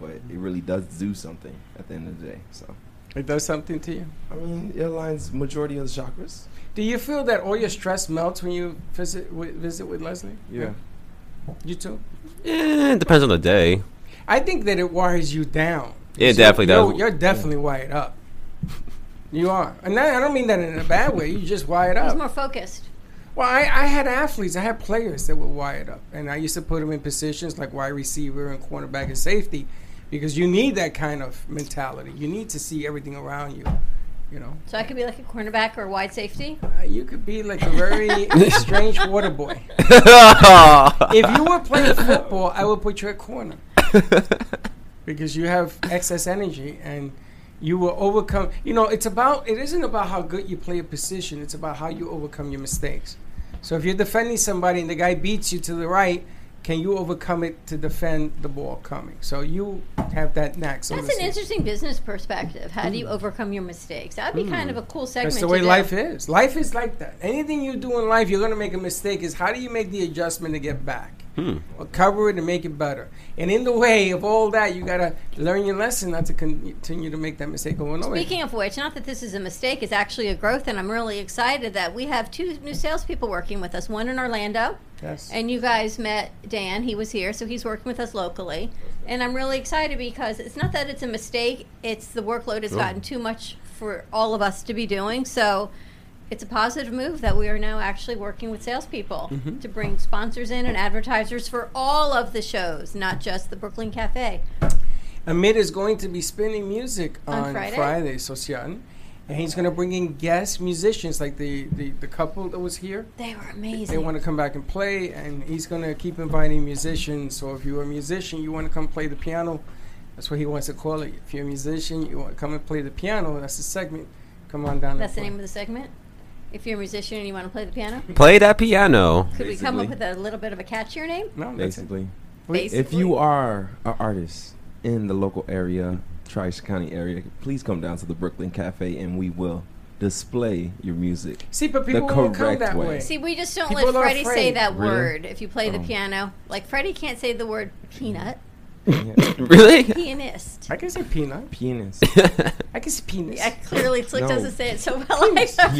Speaker 5: but it really does do something at the end of the day. So
Speaker 2: It does something to you.
Speaker 5: I mean it aligns majority of the chakras.
Speaker 2: Do you feel that all your stress melts when you visit with, visit with Leslie? You too.
Speaker 4: Eh, it depends on the day.
Speaker 2: I think that it wires you down.
Speaker 4: It definitely
Speaker 2: you're,
Speaker 4: does.
Speaker 2: You're definitely wired up. You are, and that, I don't mean that in a bad way. You just wired
Speaker 3: He's
Speaker 2: up.
Speaker 3: more focused.
Speaker 2: Well, I, I had athletes, I had players that were wired up, and I used to put them in positions like wide receiver and cornerback and safety, because you need that kind of mentality. You need to see everything around you. You know,
Speaker 3: So I could be like a cornerback or a wide safety.
Speaker 2: Uh, you could be like a very strange water boy. If you were playing football, I would put you at corner because you have excess energy and you will overcome. You know, it's about it isn't about how good you play a position. It's about how you overcome your mistakes. So if you're defending somebody and the guy beats you to the right, can you overcome it to defend the ball coming? So you have that knack. So
Speaker 3: That's
Speaker 2: to
Speaker 3: an
Speaker 2: speak.
Speaker 3: interesting business perspective. How do you overcome your mistakes? That'd be kind of a cool segment.
Speaker 2: Hmm. That's the
Speaker 3: to
Speaker 2: way
Speaker 3: do.
Speaker 2: life is. Life is like that. Anything you do in life, you're going to make a mistake. Is how do you make the adjustment to get back? Or cover it and make it better. And in the way of all that, you got to learn your lesson not to con- continue to make that mistake over and over.
Speaker 3: Speaking of which, not that this is a mistake, it's actually a growth, and I'm really excited that we have two new salespeople working with us. One in Orlando,
Speaker 2: Yes.
Speaker 3: and you guys met Dan. He was here, so he's working with us locally, and I'm really excited because it's not that it's a mistake; it's the workload has gotten too much for all of us to be doing. So. It's a positive move that we are now actually working with salespeople
Speaker 5: Mm-hmm.
Speaker 3: to bring sponsors in and advertisers for all of the shows, not just the Brooklyn Cafe.
Speaker 2: Amit is going to be spinning music
Speaker 3: On
Speaker 2: on,
Speaker 3: Friday?
Speaker 2: Friday, Socian. And he's going to bring in guest musicians like the, the, the couple that was here.
Speaker 3: They were amazing.
Speaker 2: They want to come back and play, and he's going to keep inviting musicians. So if you're a musician, you want to come play the piano. That's what he wants to call it. If you're a musician, you want to come and play the piano. That's the segment. Come on down.
Speaker 3: That's the
Speaker 2: and
Speaker 3: name of the segment. If you're a musician and you want to play the piano,
Speaker 4: [LAUGHS] Play that piano.
Speaker 3: could we come up
Speaker 5: Basically.
Speaker 3: with a little bit of a catchier name?
Speaker 2: play. No, that's it.
Speaker 5: Basically.
Speaker 3: Basically.
Speaker 5: If you are an artist in the local area, Tri County area, please come down to the Brooklyn Cafe and we will display your music.
Speaker 2: See, but people won't come
Speaker 5: correct
Speaker 2: that way.
Speaker 5: way.
Speaker 3: See, we just don't
Speaker 2: People
Speaker 3: let
Speaker 2: are
Speaker 3: Freddie say
Speaker 2: afraid.
Speaker 3: that
Speaker 5: Really?
Speaker 3: word if you play the
Speaker 5: Oh.
Speaker 3: piano. Like, Freddie can't say the word peanut.
Speaker 4: [LAUGHS] Really?
Speaker 3: Pianist.
Speaker 2: I can say peanut.
Speaker 3: [LAUGHS]
Speaker 5: Penis.
Speaker 2: I can say penis.
Speaker 3: I clearly, Flick
Speaker 5: No.
Speaker 3: doesn't say it so well. [LAUGHS]
Speaker 5: Penis. I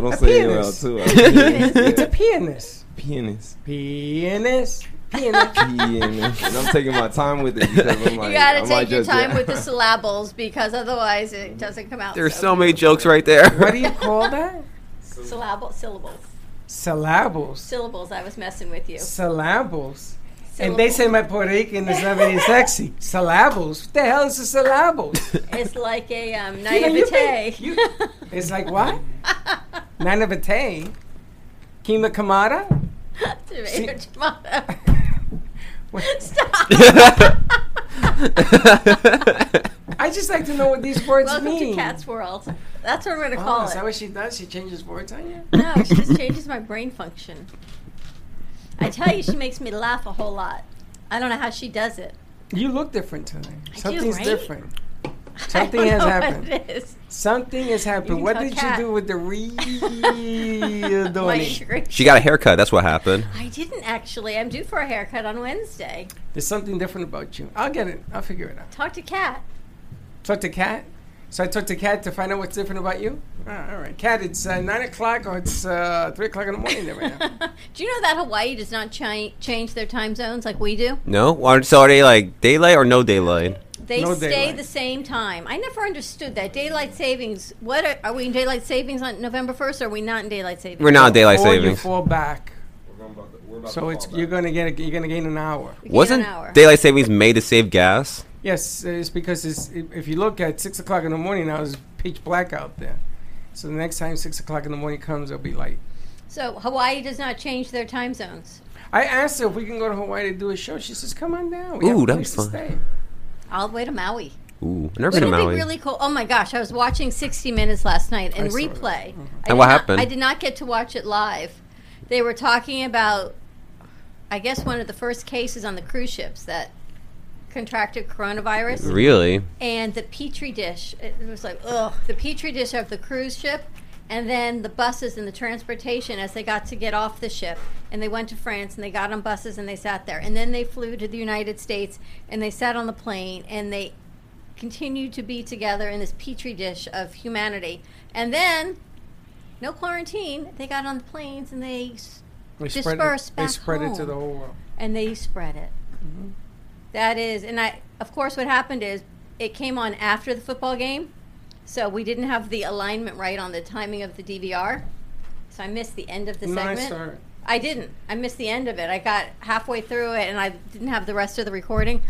Speaker 5: don't say it well,
Speaker 2: penis.
Speaker 5: too. Penis.
Speaker 2: It's a
Speaker 5: Yeah.
Speaker 2: pianist.
Speaker 5: Penis.
Speaker 2: Pianist. Pianist.
Speaker 5: Penis. And I'm taking my time with it because I'm
Speaker 3: [LAUGHS]
Speaker 5: like,
Speaker 3: you gotta
Speaker 5: [LAUGHS] I might
Speaker 3: take your
Speaker 2: [LAUGHS]
Speaker 5: just-
Speaker 3: time with the syllables because otherwise it doesn't come out.
Speaker 4: There's so many jokes right there.
Speaker 2: what
Speaker 4: [LAUGHS]
Speaker 2: do you call that?
Speaker 3: syllable, syllables.
Speaker 2: Syllables.
Speaker 3: Syllables, I was messing with you.
Speaker 2: Syllables. And they say my Puerto Rican is not very sexy. Syllables? What the hell is a syllable?
Speaker 3: [LAUGHS] [LAUGHS]
Speaker 4: [LAUGHS]
Speaker 3: it's like a
Speaker 2: [LAUGHS]
Speaker 3: um,
Speaker 2: You know, you
Speaker 3: naivete.
Speaker 2: think- you-
Speaker 3: [LAUGHS]
Speaker 2: it's like what? Nanavate? Kima Kamada?
Speaker 3: Tomato,
Speaker 2: See- [LAUGHS]
Speaker 3: tomato.
Speaker 2: What- [LAUGHS]
Speaker 3: Stop. [LAUGHS]
Speaker 2: I just like to know what these words
Speaker 3: Welcome
Speaker 2: mean.
Speaker 3: to Cat's World. That's what we're gonna
Speaker 2: Oh,
Speaker 3: call
Speaker 2: is that
Speaker 3: it.
Speaker 2: what she does? She changes words on you?
Speaker 3: No,
Speaker 2: [LAUGHS]
Speaker 3: she just changes my brain function. I tell you, she makes me laugh a whole lot. I don't know how she does it. [LAUGHS]
Speaker 2: You look different today.
Speaker 3: do,
Speaker 2: Something's
Speaker 3: right?
Speaker 2: different.
Speaker 3: I
Speaker 2: Something
Speaker 3: don't
Speaker 2: has
Speaker 3: know
Speaker 2: happened.
Speaker 3: What it is.
Speaker 2: Something has
Speaker 3: You
Speaker 2: happened.
Speaker 3: can
Speaker 2: What
Speaker 3: tell
Speaker 2: did
Speaker 3: Kat.
Speaker 2: you do with the
Speaker 3: [LAUGHS]
Speaker 2: real
Speaker 3: My
Speaker 2: Donnie?
Speaker 3: shrink-
Speaker 4: She got a haircut. That's what happened.
Speaker 3: I didn't actually. I'm due for a haircut on Wednesday.
Speaker 2: There's something different about you. I'll get it. I'll figure it out.
Speaker 3: Talk to Kat. [LAUGHS]
Speaker 2: Talk to Kat. So I talked to Kat to find out what's different about you. Ah, all right, Kat. It's uh, nine o'clock or it's uh, three o'clock in the morning there right now.
Speaker 3: do you know that Hawaii does not chi- change their time zones like we do?
Speaker 4: No? Why- So are they like daylight or no daylight?
Speaker 3: They
Speaker 2: No
Speaker 3: stay
Speaker 2: daylight.
Speaker 3: the same time. I never understood that daylight savings. What are, are we in daylight savings on November first? Or are we not in daylight savings?
Speaker 4: We're not in daylight
Speaker 2: or you
Speaker 4: savings.
Speaker 2: fall back.
Speaker 5: We're about to, we're about
Speaker 2: So it's you're gonna get a, you're gonna gain an hour.
Speaker 3: We gain an
Speaker 4: Wasn't
Speaker 3: hour.
Speaker 4: daylight savings made to save gas?
Speaker 2: Yes, uh, it's because it's, if if you look at six o'clock in the morning now, it's pitch black out there. So the next time six o'clock in the morning comes, it'll be light.
Speaker 3: So Hawaii does not change their time zones.
Speaker 2: I asked her if we can go to Hawaii to do a show. She says, "Come on down. We
Speaker 4: Ooh,
Speaker 2: have a
Speaker 4: that'd
Speaker 2: place
Speaker 4: be
Speaker 2: to
Speaker 4: fun.
Speaker 2: stay."
Speaker 3: All the way to Maui.
Speaker 4: Ooh, I've never been to
Speaker 3: Wouldn't it
Speaker 4: Maui.
Speaker 3: be really cool? Oh my gosh, I was watching 60 Minutes last night in
Speaker 2: I saw Uh-huh. that.
Speaker 3: replay. I
Speaker 4: And
Speaker 3: did
Speaker 4: what
Speaker 3: not-
Speaker 4: happened?
Speaker 3: I did not get to watch it live. They were talking about, I guess, one of the first cases on the cruise ships that contracted coronavirus.
Speaker 4: Really?
Speaker 3: and the petri dish. It was like, ugh, the petri dish of the cruise ship, and then the buses and the transportation as they got to get off the ship. And they went to France and they got on buses and they sat there. And then they flew to the United States and they sat on the plane and they continued to be together in this petri dish of humanity. And then, no quarantine, they got on the planes and they s-
Speaker 2: They
Speaker 3: Disperse
Speaker 2: it, they
Speaker 3: back
Speaker 2: spread it to
Speaker 3: home.
Speaker 2: the whole world.
Speaker 3: and they spread it.
Speaker 2: Mm-hmm.
Speaker 3: That is, and I, of course, what happened is it came on after the football game, so we didn't have the alignment right on the timing of the DVR, so I missed the end of the
Speaker 2: No, I
Speaker 3: segment.
Speaker 2: saw it.
Speaker 3: I didn't. I missed the end of it. I got halfway through it, and I didn't have the rest of the recording.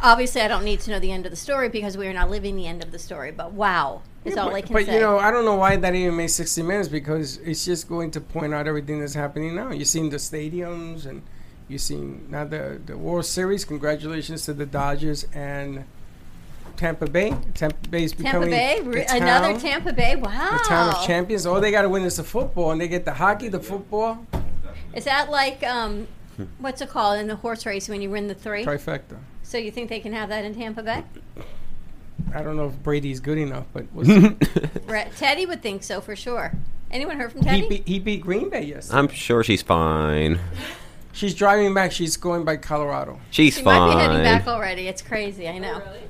Speaker 3: Obviously, I don't need to know the end of the story because we are not living the end of the story. But wow, is all
Speaker 2: but,
Speaker 3: I can
Speaker 2: but
Speaker 3: say.
Speaker 2: you know, I don't know why that even made 60 Minutes because it's just going to point out everything that's happening now. You're seeing the stadiums and you're seeing now the, the World Series. Congratulations to the Dodgers and Tampa Bay. Tampa Bay is
Speaker 3: Tampa
Speaker 2: becoming
Speaker 3: Bay,
Speaker 2: the
Speaker 3: re- another Oh.
Speaker 2: town-
Speaker 3: Tampa Bay. Wow,
Speaker 2: The town of champions. All they got to win is the football, and they get the hockey, the football
Speaker 3: Is that like um, what's it called in the horse race when you win the three?
Speaker 2: trifecta.
Speaker 3: So you think they can have that in Tampa Bay?
Speaker 2: I don't know if Brady's good enough, but we'll see.
Speaker 3: Re- Teddy would think so for sure. Anyone heard from
Speaker 2: he,
Speaker 3: Teddy?
Speaker 2: beat, he beat Green Bay yesterday.
Speaker 4: [LAUGHS] I'm sure she's fine.
Speaker 2: She's driving back. She's going by Colorado.
Speaker 4: She's
Speaker 3: she might be heading back
Speaker 4: fine.
Speaker 3: already. It's crazy. I know.
Speaker 6: Really?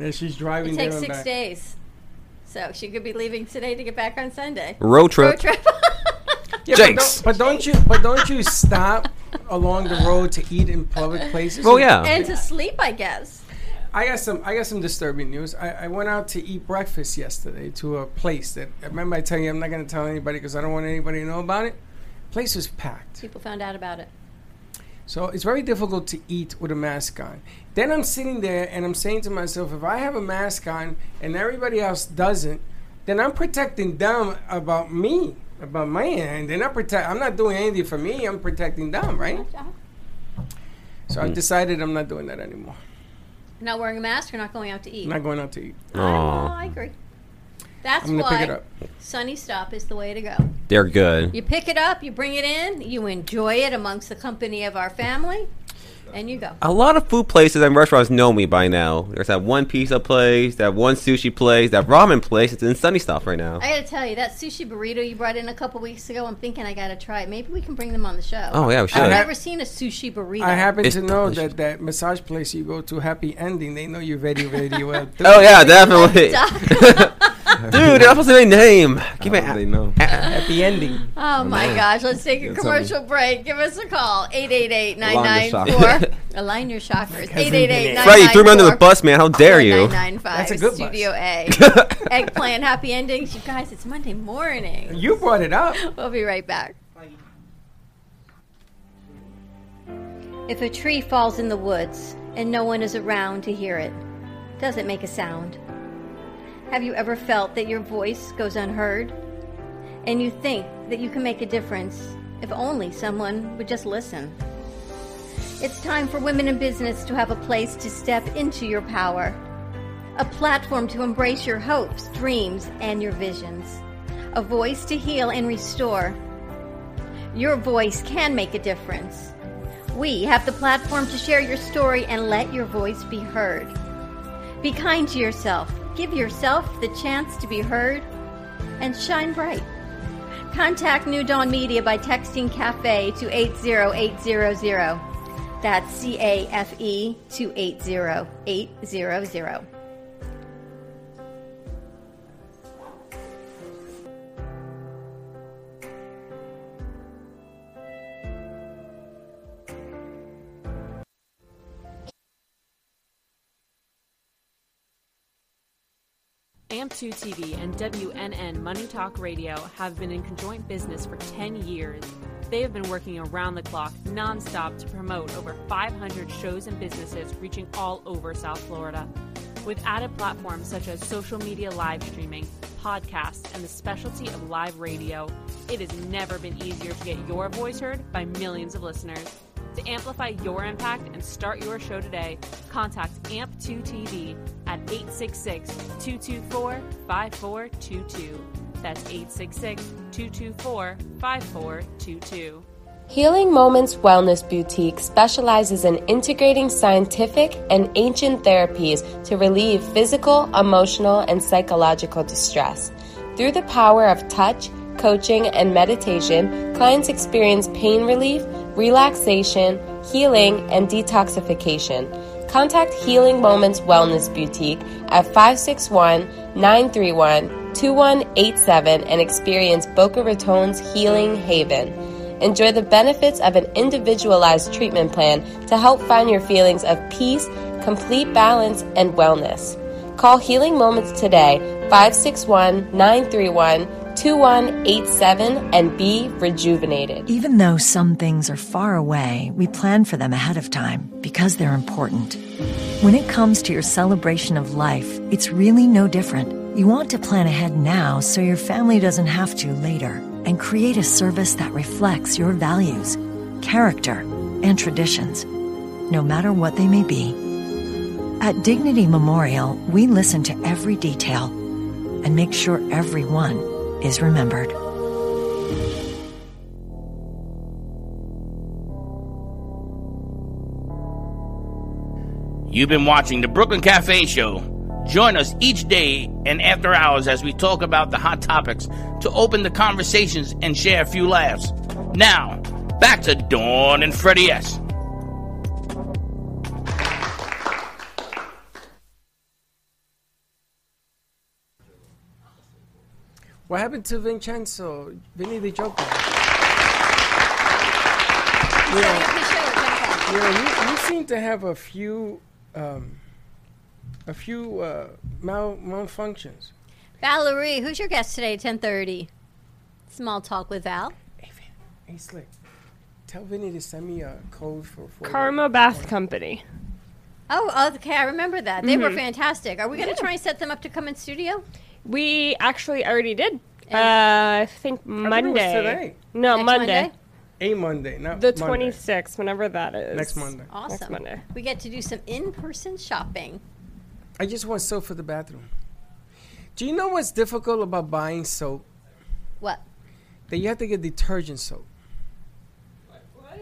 Speaker 2: Yeah, she's driving
Speaker 3: It
Speaker 2: there
Speaker 3: takes
Speaker 2: and
Speaker 3: six
Speaker 2: back.
Speaker 3: days, so she could be leaving today to get back on Sunday.
Speaker 4: Road trip.
Speaker 3: Road trip.
Speaker 2: Yeah,
Speaker 4: Jinx.
Speaker 2: But don't, but don't you but don't you stop along the road to eat in public places?
Speaker 4: Well, Oh, yeah.
Speaker 3: and to sleep, I guess.
Speaker 2: I got some I got some disturbing news. I, I went out to eat breakfast yesterday to a place that remember I tell you I'm not going to tell anybody because I don't want anybody to know about it. Place was packed,
Speaker 3: People found out about it.
Speaker 2: so it's very difficult to eat with a mask on. Then I'm sitting there and I'm saying to myself, if I have a mask on and everybody else doesn't, then I'm protecting them about me, about my end. They're not protect. I'm not doing anything for me. I'm protecting them, right? So
Speaker 4: Mm-hmm.
Speaker 2: I've decided I'm not doing that anymore.
Speaker 3: Not wearing a mask or not going out to eat.
Speaker 2: I'm not going out to eat.
Speaker 3: I,
Speaker 4: Aw,
Speaker 3: I agree. That's
Speaker 2: I'm gonna
Speaker 3: why
Speaker 2: pick it up.
Speaker 3: Sunny Stop is the way to go.
Speaker 4: they're good.
Speaker 3: You pick it up, you bring it in, you enjoy it amongst the company of our family, and you go.
Speaker 4: A lot of food places and restaurants know me by now. There's that one pizza place, that one sushi place, that ramen place. It's in Sunny Stop right now.
Speaker 3: I gotta tell you, that sushi burrito you brought in a couple weeks ago, I'm thinking I gotta try it. Maybe we can bring them on the show.
Speaker 4: Oh yeah, we
Speaker 3: I've
Speaker 4: should.
Speaker 2: ha-
Speaker 3: never seen a sushi burrito.
Speaker 2: I happen
Speaker 4: It's
Speaker 2: to know
Speaker 4: delicious.
Speaker 2: that that massage place you go to, Happy Ending, they know you very,
Speaker 4: [LAUGHS]
Speaker 2: very well. too.
Speaker 4: Oh
Speaker 3: [LAUGHS]
Speaker 4: yeah, definitely. [LAUGHS]
Speaker 3: Duck.
Speaker 4: Dude, they're not supposed to say
Speaker 3: [LAUGHS]
Speaker 4: name. Give me.
Speaker 5: How do they know?
Speaker 2: Happy Ending.
Speaker 3: Oh my gosh, let's take a
Speaker 5: Yeah, tell
Speaker 3: commercial break. Give us a call. 888-994.
Speaker 4: [LAUGHS]
Speaker 5: chakras.
Speaker 3: Align your chakras.
Speaker 4: Right, you
Speaker 3: 888-994.
Speaker 4: threw me under the bus, man. How dare you?
Speaker 3: That's
Speaker 2: That's a good bus.
Speaker 3: Studio A.
Speaker 4: [LAUGHS]
Speaker 3: Eggplant happy endings. You guys, it's Monday morning.
Speaker 2: You brought it up.
Speaker 3: We'll be right back. If a tree falls in the woods and no one is around to hear it, does it make a sound? Have you ever felt that your voice goes unheard? And you think that you can make a difference if only someone would just listen? It's time for women in business to have a place to step into your power, a platform to embrace your hopes, dreams, and your visions, a voice to heal and restore. Your voice can make a difference. We have the platform to share your story and let your voice be heard. Be kind to yourself, give yourself the chance to be heard, and shine bright. Contact New Dawn Media by texting CAFE to 80800. That's C A F E to 80800.
Speaker 7: AMP2 TV and WNN Money Talk Radio have been in conjoint business for 10 years. They have been working around the clock, nonstop, to promote over 500 shows and businesses reaching all over South Florida. With added platforms such as social media live streaming, podcasts, and the specialty of live radio, it has never been easier to get your voice heard by millions of listeners. To amplify your impact and start your show today, contact AMP2TV at 866 224 5422. That's 866 224 5422.
Speaker 8: Healing Moments Wellness Boutique specializes in integrating scientific and ancient therapies to relieve physical, emotional, and psychological distress. Through the power of touch, coaching, and meditation, clients experience pain relief, relaxation, healing, and detoxification. Contact Healing Moments Wellness Boutique at 561 931 2187 and experience Boca Raton's Healing Haven. Enjoy the benefits of an individualized treatment plan to help find your feelings of peace, complete balance, and wellness. Call Healing Moments today, 561 931 2187, and be rejuvenated.
Speaker 9: Even though some things are far away, we plan for them ahead of time because they're important. When it comes to your celebration of life, it's really no different. You want to plan ahead now so your family doesn't have to later and create a service that reflects your values, character, and traditions, no matter what they may be. At Dignity Memorial, we listen to every detail and make sure everyone is remembered.
Speaker 10: You've been watching the Brooklyn Cafe Show. Join us each day and after hours as we talk about the hot topics to open the conversations and share a few laughs. Now, back to Dawn and Freddie S.
Speaker 2: What happened to Vincenzo? Vinny the Joker.
Speaker 3: Second
Speaker 2: Yeah,
Speaker 3: to show, Jennifer.
Speaker 2: you, know, you, you seem to have a few, um, a few uh, mal- malfunctions.
Speaker 3: Valerie, who's your guest today? Ten thirty. Small talk with Val.
Speaker 2: Hey, Vin, hey Slick, tell Vinny to send me a code for. for
Speaker 6: Karma Bath Company.
Speaker 3: Oh, okay. I remember that. They were fantastic. Are we going to try and set them up to come in studio?
Speaker 6: We actually already did. Uh, I think
Speaker 2: I think it was
Speaker 6: Monday.
Speaker 2: today.
Speaker 6: No,
Speaker 3: Next
Speaker 6: Monday.
Speaker 3: Monday?
Speaker 2: A Monday, not
Speaker 6: The
Speaker 2: Monday.
Speaker 6: 26th, whenever that is.
Speaker 2: Next Monday.
Speaker 3: Awesome.
Speaker 6: Monday.
Speaker 3: We get to do some in-person shopping.
Speaker 2: I just want soap for the bathroom. Do you know what's difficult about buying soap?
Speaker 3: What?
Speaker 2: That you have to get detergent soap.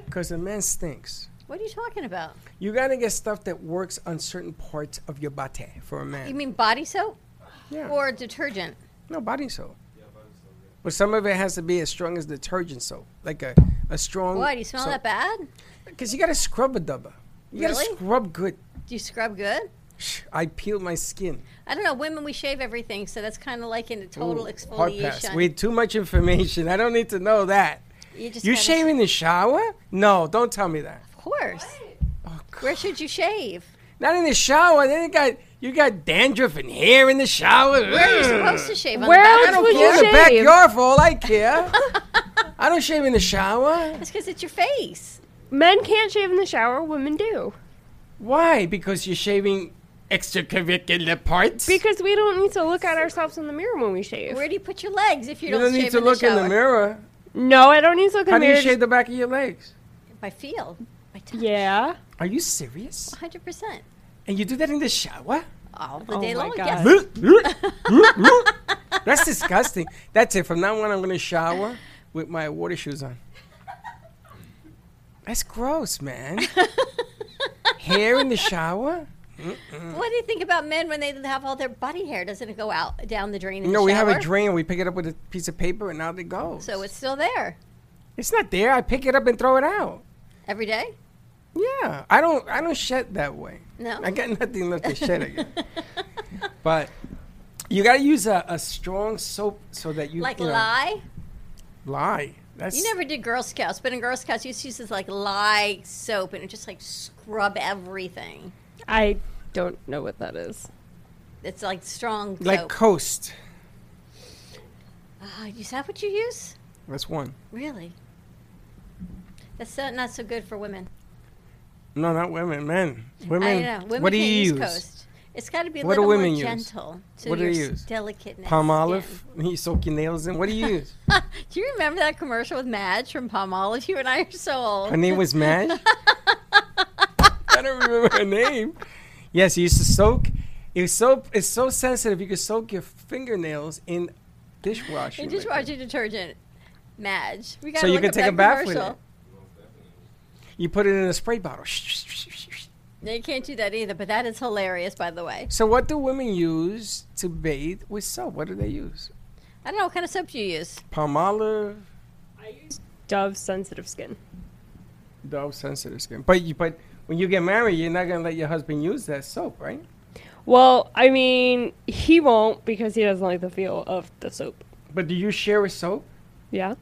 Speaker 2: Because the man stinks.
Speaker 3: What are you talking about?
Speaker 2: You gotta get stuff that works on certain parts of your body for a man.
Speaker 3: You mean body soap
Speaker 2: yeah.
Speaker 3: or detergent?
Speaker 2: no body soap. But some of it has to be as strong as detergent soap, like a, a strong.
Speaker 3: What? Do you smell that bad?
Speaker 2: Because you gotta scrub a dubba. You gotta
Speaker 3: Really?
Speaker 2: scrub good.
Speaker 3: Do you scrub good?
Speaker 2: I peel my skin.
Speaker 3: I don't know. Women, we shave everything, so that's kind of like in a total
Speaker 2: Ooh, hard pass.
Speaker 3: exfoliation.
Speaker 2: With too much information, I don't need to know that.
Speaker 3: you just
Speaker 2: You
Speaker 3: gotta-
Speaker 2: shave in the shower? No, don't tell me that.
Speaker 3: Of course. Where should you shave?
Speaker 2: Not in the shower. Then you got you got dandruff and hair in the shower.
Speaker 3: Where are you supposed to shave? On
Speaker 6: Where
Speaker 3: the
Speaker 6: else
Speaker 3: back?
Speaker 6: would
Speaker 2: in
Speaker 6: you
Speaker 2: the
Speaker 6: shave?
Speaker 2: backyard for all I care. I don't shave in the shower.
Speaker 3: It's because it's your face.
Speaker 11: Men can't shave in the shower, women do.
Speaker 2: Why? Because you're shaving extracurricular parts.
Speaker 11: Because we don't need to look at ourselves in the mirror when we shave. Where
Speaker 3: do you put your legs if
Speaker 2: you don't, need to look in the mirror.
Speaker 11: No, I don't need to look in
Speaker 2: How
Speaker 11: the
Speaker 2: do
Speaker 11: mirror.
Speaker 2: you shave the back of your legs?
Speaker 3: By feel.
Speaker 11: Yeah.
Speaker 2: Are you serious?
Speaker 3: 100%.
Speaker 2: And you do that in the shower?
Speaker 3: All the
Speaker 11: Oh
Speaker 3: day
Speaker 11: my
Speaker 3: long.
Speaker 11: God.
Speaker 3: Yes.
Speaker 2: That's disgusting. That's it. From now on, I'm going to shower with my water shoes on. That's gross, man. Hair in the shower? Mm-mm.
Speaker 3: What do you think about men when they have all their body hair? Doesn't it go out down the drain? In
Speaker 2: No,
Speaker 3: the
Speaker 2: we have a
Speaker 3: shower?
Speaker 2: drain. We pick it up with a piece of paper, and out it goes.
Speaker 3: So it's still there
Speaker 2: It's not there. I pick it up and throw it out.
Speaker 3: every day.
Speaker 2: Yeah, I don't. I don't shed that way.
Speaker 3: No.
Speaker 2: I got nothing left to shed
Speaker 3: [LAUGHS]
Speaker 2: again. but you got to use a, a strong soap so that you
Speaker 3: like
Speaker 2: you know,
Speaker 3: lye.
Speaker 2: Lye. That's
Speaker 3: you never did Girl Scouts, but in Girl Scouts, you just use this like lye soap and it just like scrub everything.
Speaker 11: I don't know what that is.
Speaker 3: It's like strong
Speaker 2: like
Speaker 3: soap.
Speaker 2: Coast.
Speaker 3: Ah, is that what you use?
Speaker 2: That's one.
Speaker 3: Really? That's so, not so good for women.
Speaker 2: No, not women. Men. Women.
Speaker 3: I know. Women
Speaker 2: what do
Speaker 3: can't
Speaker 2: you
Speaker 3: use
Speaker 2: use?
Speaker 3: Coast. It's got to be a
Speaker 2: What do
Speaker 3: little
Speaker 2: women
Speaker 3: more
Speaker 2: use?
Speaker 3: gentle. To
Speaker 2: what do
Speaker 3: your
Speaker 2: you
Speaker 3: s-
Speaker 2: use?
Speaker 3: Delicateness.
Speaker 2: Palm olive. [LAUGHS] You soak your nails in. What do you
Speaker 3: [LAUGHS]
Speaker 2: use?
Speaker 3: Do you remember that commercial with Madge from Palm Olive? You and I are so old.
Speaker 2: Her name was
Speaker 3: [LAUGHS]
Speaker 2: Madge. I don't remember her name. Yes, you used to soak. It's so it's so sensitive. You could soak your fingernails in dishwasher.
Speaker 3: In
Speaker 2: liquid.
Speaker 3: dishwasher detergent, Madge. We got
Speaker 2: so you
Speaker 3: look
Speaker 2: can
Speaker 3: up
Speaker 2: take
Speaker 3: that
Speaker 2: a bath with
Speaker 3: commercial.
Speaker 2: it. You put it in a spray bottle.
Speaker 3: No, you can't do that either. But that is hilarious, by the way.
Speaker 2: So what do women use to bathe with soap? What do they use?
Speaker 3: I don't know what kind of soap do you use.
Speaker 2: Palm olive,
Speaker 11: Dove sensitive skin.
Speaker 2: Dove sensitive skin. But you but when you get married, you're not gonna let your husband use that soap, right?
Speaker 11: Well, I mean, he won't because he doesn't like the feel of the soap.
Speaker 2: But do you share a soap?
Speaker 11: Yeah.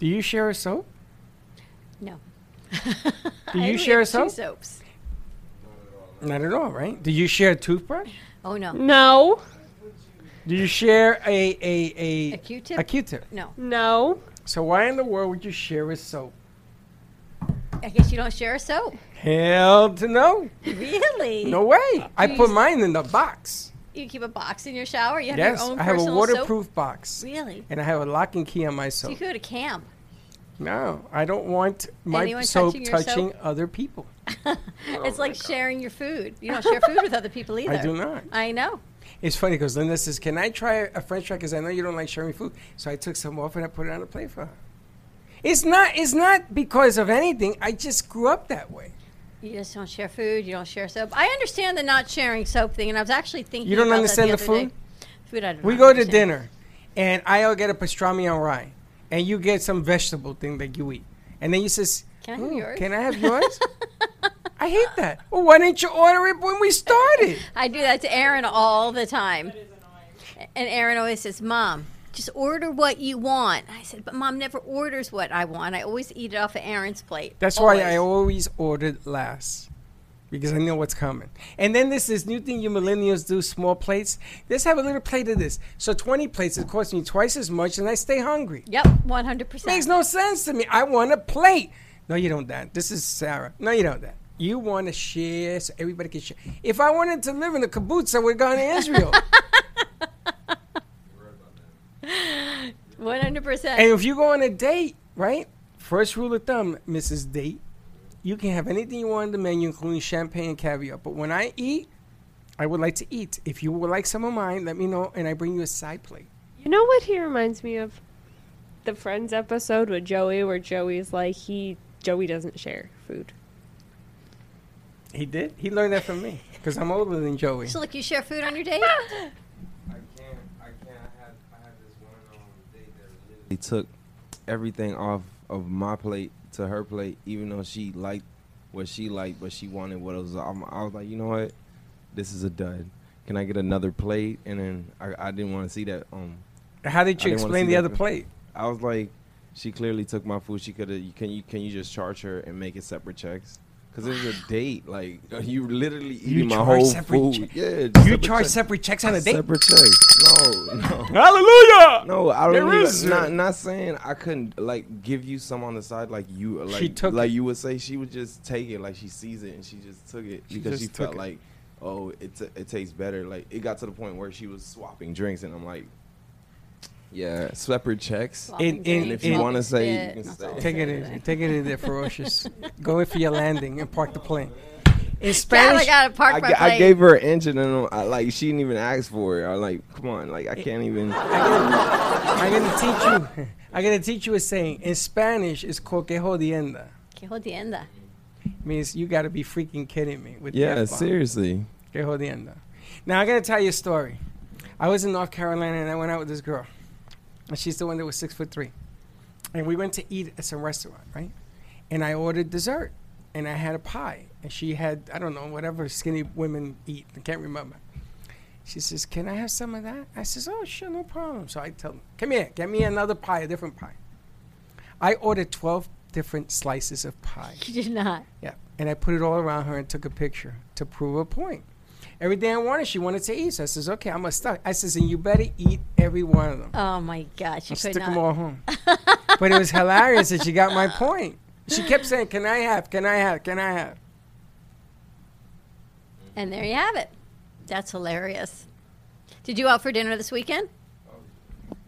Speaker 2: Do you share a soap?
Speaker 3: No.
Speaker 2: Do
Speaker 3: [LAUGHS] I
Speaker 2: you
Speaker 3: only
Speaker 2: share a
Speaker 3: have
Speaker 2: soap?
Speaker 3: Two soaps.
Speaker 2: Not at all, right? Do you share a toothbrush?
Speaker 3: Oh no.
Speaker 11: No.
Speaker 2: Do you share a a a
Speaker 3: A Q-tip?
Speaker 2: A Q-tip.
Speaker 3: No.
Speaker 11: No.
Speaker 2: So why in the world would you share a soap?
Speaker 3: I guess you don't share a soap.
Speaker 2: Hell to no.
Speaker 3: Really?
Speaker 2: No way. I
Speaker 3: Do
Speaker 2: put
Speaker 3: you-
Speaker 2: mine in the box.
Speaker 3: You keep a box in your shower. You have
Speaker 2: yes,
Speaker 3: your own
Speaker 2: I have a
Speaker 3: personal
Speaker 2: waterproof
Speaker 3: soap?
Speaker 2: box.
Speaker 3: Really?
Speaker 2: And I have a lock and key on my
Speaker 3: So you
Speaker 2: soap.
Speaker 3: go to camp.
Speaker 2: No, I don't want my
Speaker 3: Anyone
Speaker 2: soap
Speaker 3: touching
Speaker 2: touching,
Speaker 3: your soap?
Speaker 2: other people.
Speaker 3: it's like sharing your food. You don't share food with
Speaker 2: [LAUGHS]
Speaker 3: other people either.
Speaker 2: do not.
Speaker 3: I know.
Speaker 2: It's funny because Linda says, "Can I try a French fry? Because I know you don't like sharing food." So I took some off and I put it on a plate for her. It's not. It's not because of anything. I just grew up that way.
Speaker 3: You just don't share food. You don't share soap. I understand the not sharing soap thing, and I was actually thinking.
Speaker 2: You don't
Speaker 3: about
Speaker 2: understand
Speaker 3: that
Speaker 2: the
Speaker 3: the, other
Speaker 2: food?
Speaker 3: Day. Food. I don't
Speaker 2: We go to dinner, and I'll get a pastrami on rye, and you get some vegetable thing that you eat, and then you says,
Speaker 3: Can I have
Speaker 2: "Ooh,
Speaker 3: yours?"
Speaker 2: Can I have
Speaker 3: [LAUGHS]
Speaker 2: yours?" I hate that. Well, why didn't you order it when we started?
Speaker 3: I do that to Aaron all the time. And Aaron always says, "Mom, just order what you want." I said, "But Mom never orders what I want. I always eat it off of Aaron's plate."
Speaker 2: That's why I always ordered last because I know what's coming. And then there's this new thing you millennials do small plates. Let's have a little plate of this. So 20 plates, it costs me twice as much, and I stay hungry.
Speaker 3: Yep, one hundred
Speaker 2: Makes
Speaker 3: percent.
Speaker 2: no sense to me. I want a plate. No, you don't, That This is Sarah. No, you don't, That You want to share so everybody can share. If I wanted to live in the kibbutz, I would have gone to Israel.
Speaker 3: One hundred
Speaker 2: and
Speaker 3: percent.
Speaker 2: if you go on a date, right? First rule of thumb, Mrs. Date, you can have anything you want on the menu, including champagne and caviar. But when I eat, I would like to eat. If you would like some of mine, let me know, and I bring you a side plate.
Speaker 11: You know what he reminds me of? The Friends episode with Joey, where Joey's like he Joey doesn't share food.
Speaker 2: He did. He learned that from me because I'm older than Joey.
Speaker 3: So, look, you share food on your date.
Speaker 2: um,
Speaker 5: They took everything off of my plate to her plate, even though she liked what she liked, but she wanted what was. I'm, I was like, you know what, this is a dud. Can I get another plate? And then I, I didn't want to see that. Um,
Speaker 2: How did
Speaker 5: I
Speaker 2: you
Speaker 5: didn't wanna
Speaker 2: explain the
Speaker 5: see that.
Speaker 2: other plate?
Speaker 5: I was like, she clearly took my food. She could have. Can you can you just charge her and make it separate checks? Because it
Speaker 2: [SIGHS]
Speaker 5: was a date. Like uh, you literally eating
Speaker 2: You
Speaker 5: my
Speaker 2: charge
Speaker 5: whole
Speaker 2: separate
Speaker 5: food.
Speaker 2: che-
Speaker 5: yeah,
Speaker 2: You charge separate checks on a
Speaker 5: [LAUGHS]
Speaker 2: date?
Speaker 5: Separate checks. No, [LAUGHS] no.
Speaker 2: Hallelujah!
Speaker 5: No, I don't.
Speaker 2: There
Speaker 5: even-
Speaker 2: is- uh,
Speaker 5: not, not saying I couldn't like give you some on the side like you uh, like
Speaker 2: She took
Speaker 5: like
Speaker 2: it.
Speaker 5: you would say she would just take it like she sees it and she just took it
Speaker 2: She
Speaker 5: because she
Speaker 2: just took
Speaker 5: felt
Speaker 2: it.
Speaker 5: like oh it t- it tastes better. Like it got to the point where she was swapping drinks and I'm like. Yeah, separate checks.
Speaker 2: In- in-
Speaker 5: and if you
Speaker 2: in-
Speaker 5: want to say, you can
Speaker 2: Take
Speaker 5: say.
Speaker 2: it easy. Take it easy. They're ferocious. Go in for your landing and park the plane. In
Speaker 3: God, I
Speaker 2: Spanish,
Speaker 3: gotta park
Speaker 5: I,
Speaker 3: my
Speaker 5: ga- I
Speaker 3: plane.
Speaker 5: gave her an inch and then I, like she didn't even ask for it. I like, come on, like I can't even.
Speaker 2: I'm gonna teach you. I'm gonna teach you a saying. In Spanish, it's called que jodienda.
Speaker 3: Que jodienda. [LAUGHS]
Speaker 2: Means you gotta be freaking kidding me with the
Speaker 5: Yeah,
Speaker 2: F-bomb.
Speaker 5: seriously.
Speaker 2: Que jodienda. Now I gotta tell you a story. I was in North Carolina and I went out with this girl. And she's the one that was six foot three. And we went to eat at some restaurant, right? And I ordered dessert. And I had a pie. And she had, I don't know, whatever skinny women eat. I can't remember. She says, Can I have some of that? I says, Oh, sure, no problem. So I tell them, Come here, get me another pie, a different pie. I ordered 12 different slices of pie.
Speaker 3: You did not.
Speaker 2: Yeah. And I put it all around her and took a picture to prove a point. Everything I wanted, she wanted to eat. So I says, okay, I'm going to stop. I says, and you better eat every one of them.
Speaker 3: Oh my gosh, you
Speaker 2: I
Speaker 3: could
Speaker 2: took them
Speaker 3: not.
Speaker 2: all
Speaker 3: [LAUGHS]
Speaker 2: home. but it was hilarious that she got my point. She kept saying, can I have, can I have, can I have?
Speaker 3: And there you have it. That's hilarious. Did you out for dinner this weekend?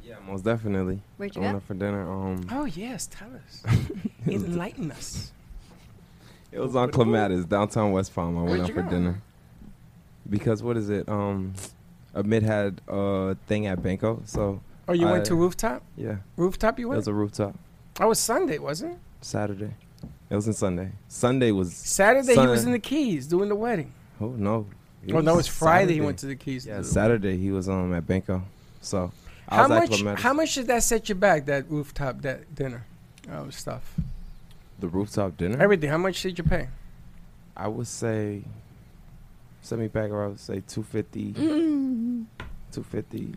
Speaker 5: Yeah, most definitely.
Speaker 3: Where'd you
Speaker 5: I went
Speaker 3: go?
Speaker 5: out for dinner. Um,
Speaker 2: Oh, yes, tell [LAUGHS] us. Enlighten us.
Speaker 5: It was on Clematis, downtown West Palm. I
Speaker 2: Where'd
Speaker 5: went out
Speaker 2: you
Speaker 5: for
Speaker 2: go?
Speaker 5: dinner. Because what is it? Um, Amid had a thing at Banco, so.
Speaker 2: Oh, you went
Speaker 5: I-
Speaker 2: to rooftop?
Speaker 5: Yeah.
Speaker 2: Rooftop you
Speaker 5: It was
Speaker 2: went?
Speaker 5: a rooftop
Speaker 2: That was Sunday, wasn't it?
Speaker 5: Saturday. It wasn't Sunday. Sunday was
Speaker 2: Saturday he was in the Keys doing the wedding.
Speaker 5: Oh no!
Speaker 2: Oh, no, it's Friday he went to the Keys to
Speaker 5: Yeah,
Speaker 2: do the
Speaker 5: Saturday he was um at Banco, so. I
Speaker 2: How
Speaker 5: was at
Speaker 2: much?
Speaker 5: Clematis.
Speaker 2: How much did that set you back? That rooftop, that dinner, oh stuff,
Speaker 5: Mm. the rooftop dinner?
Speaker 2: everything. How much did you pay?
Speaker 5: I would say semi pack or I would say 250 250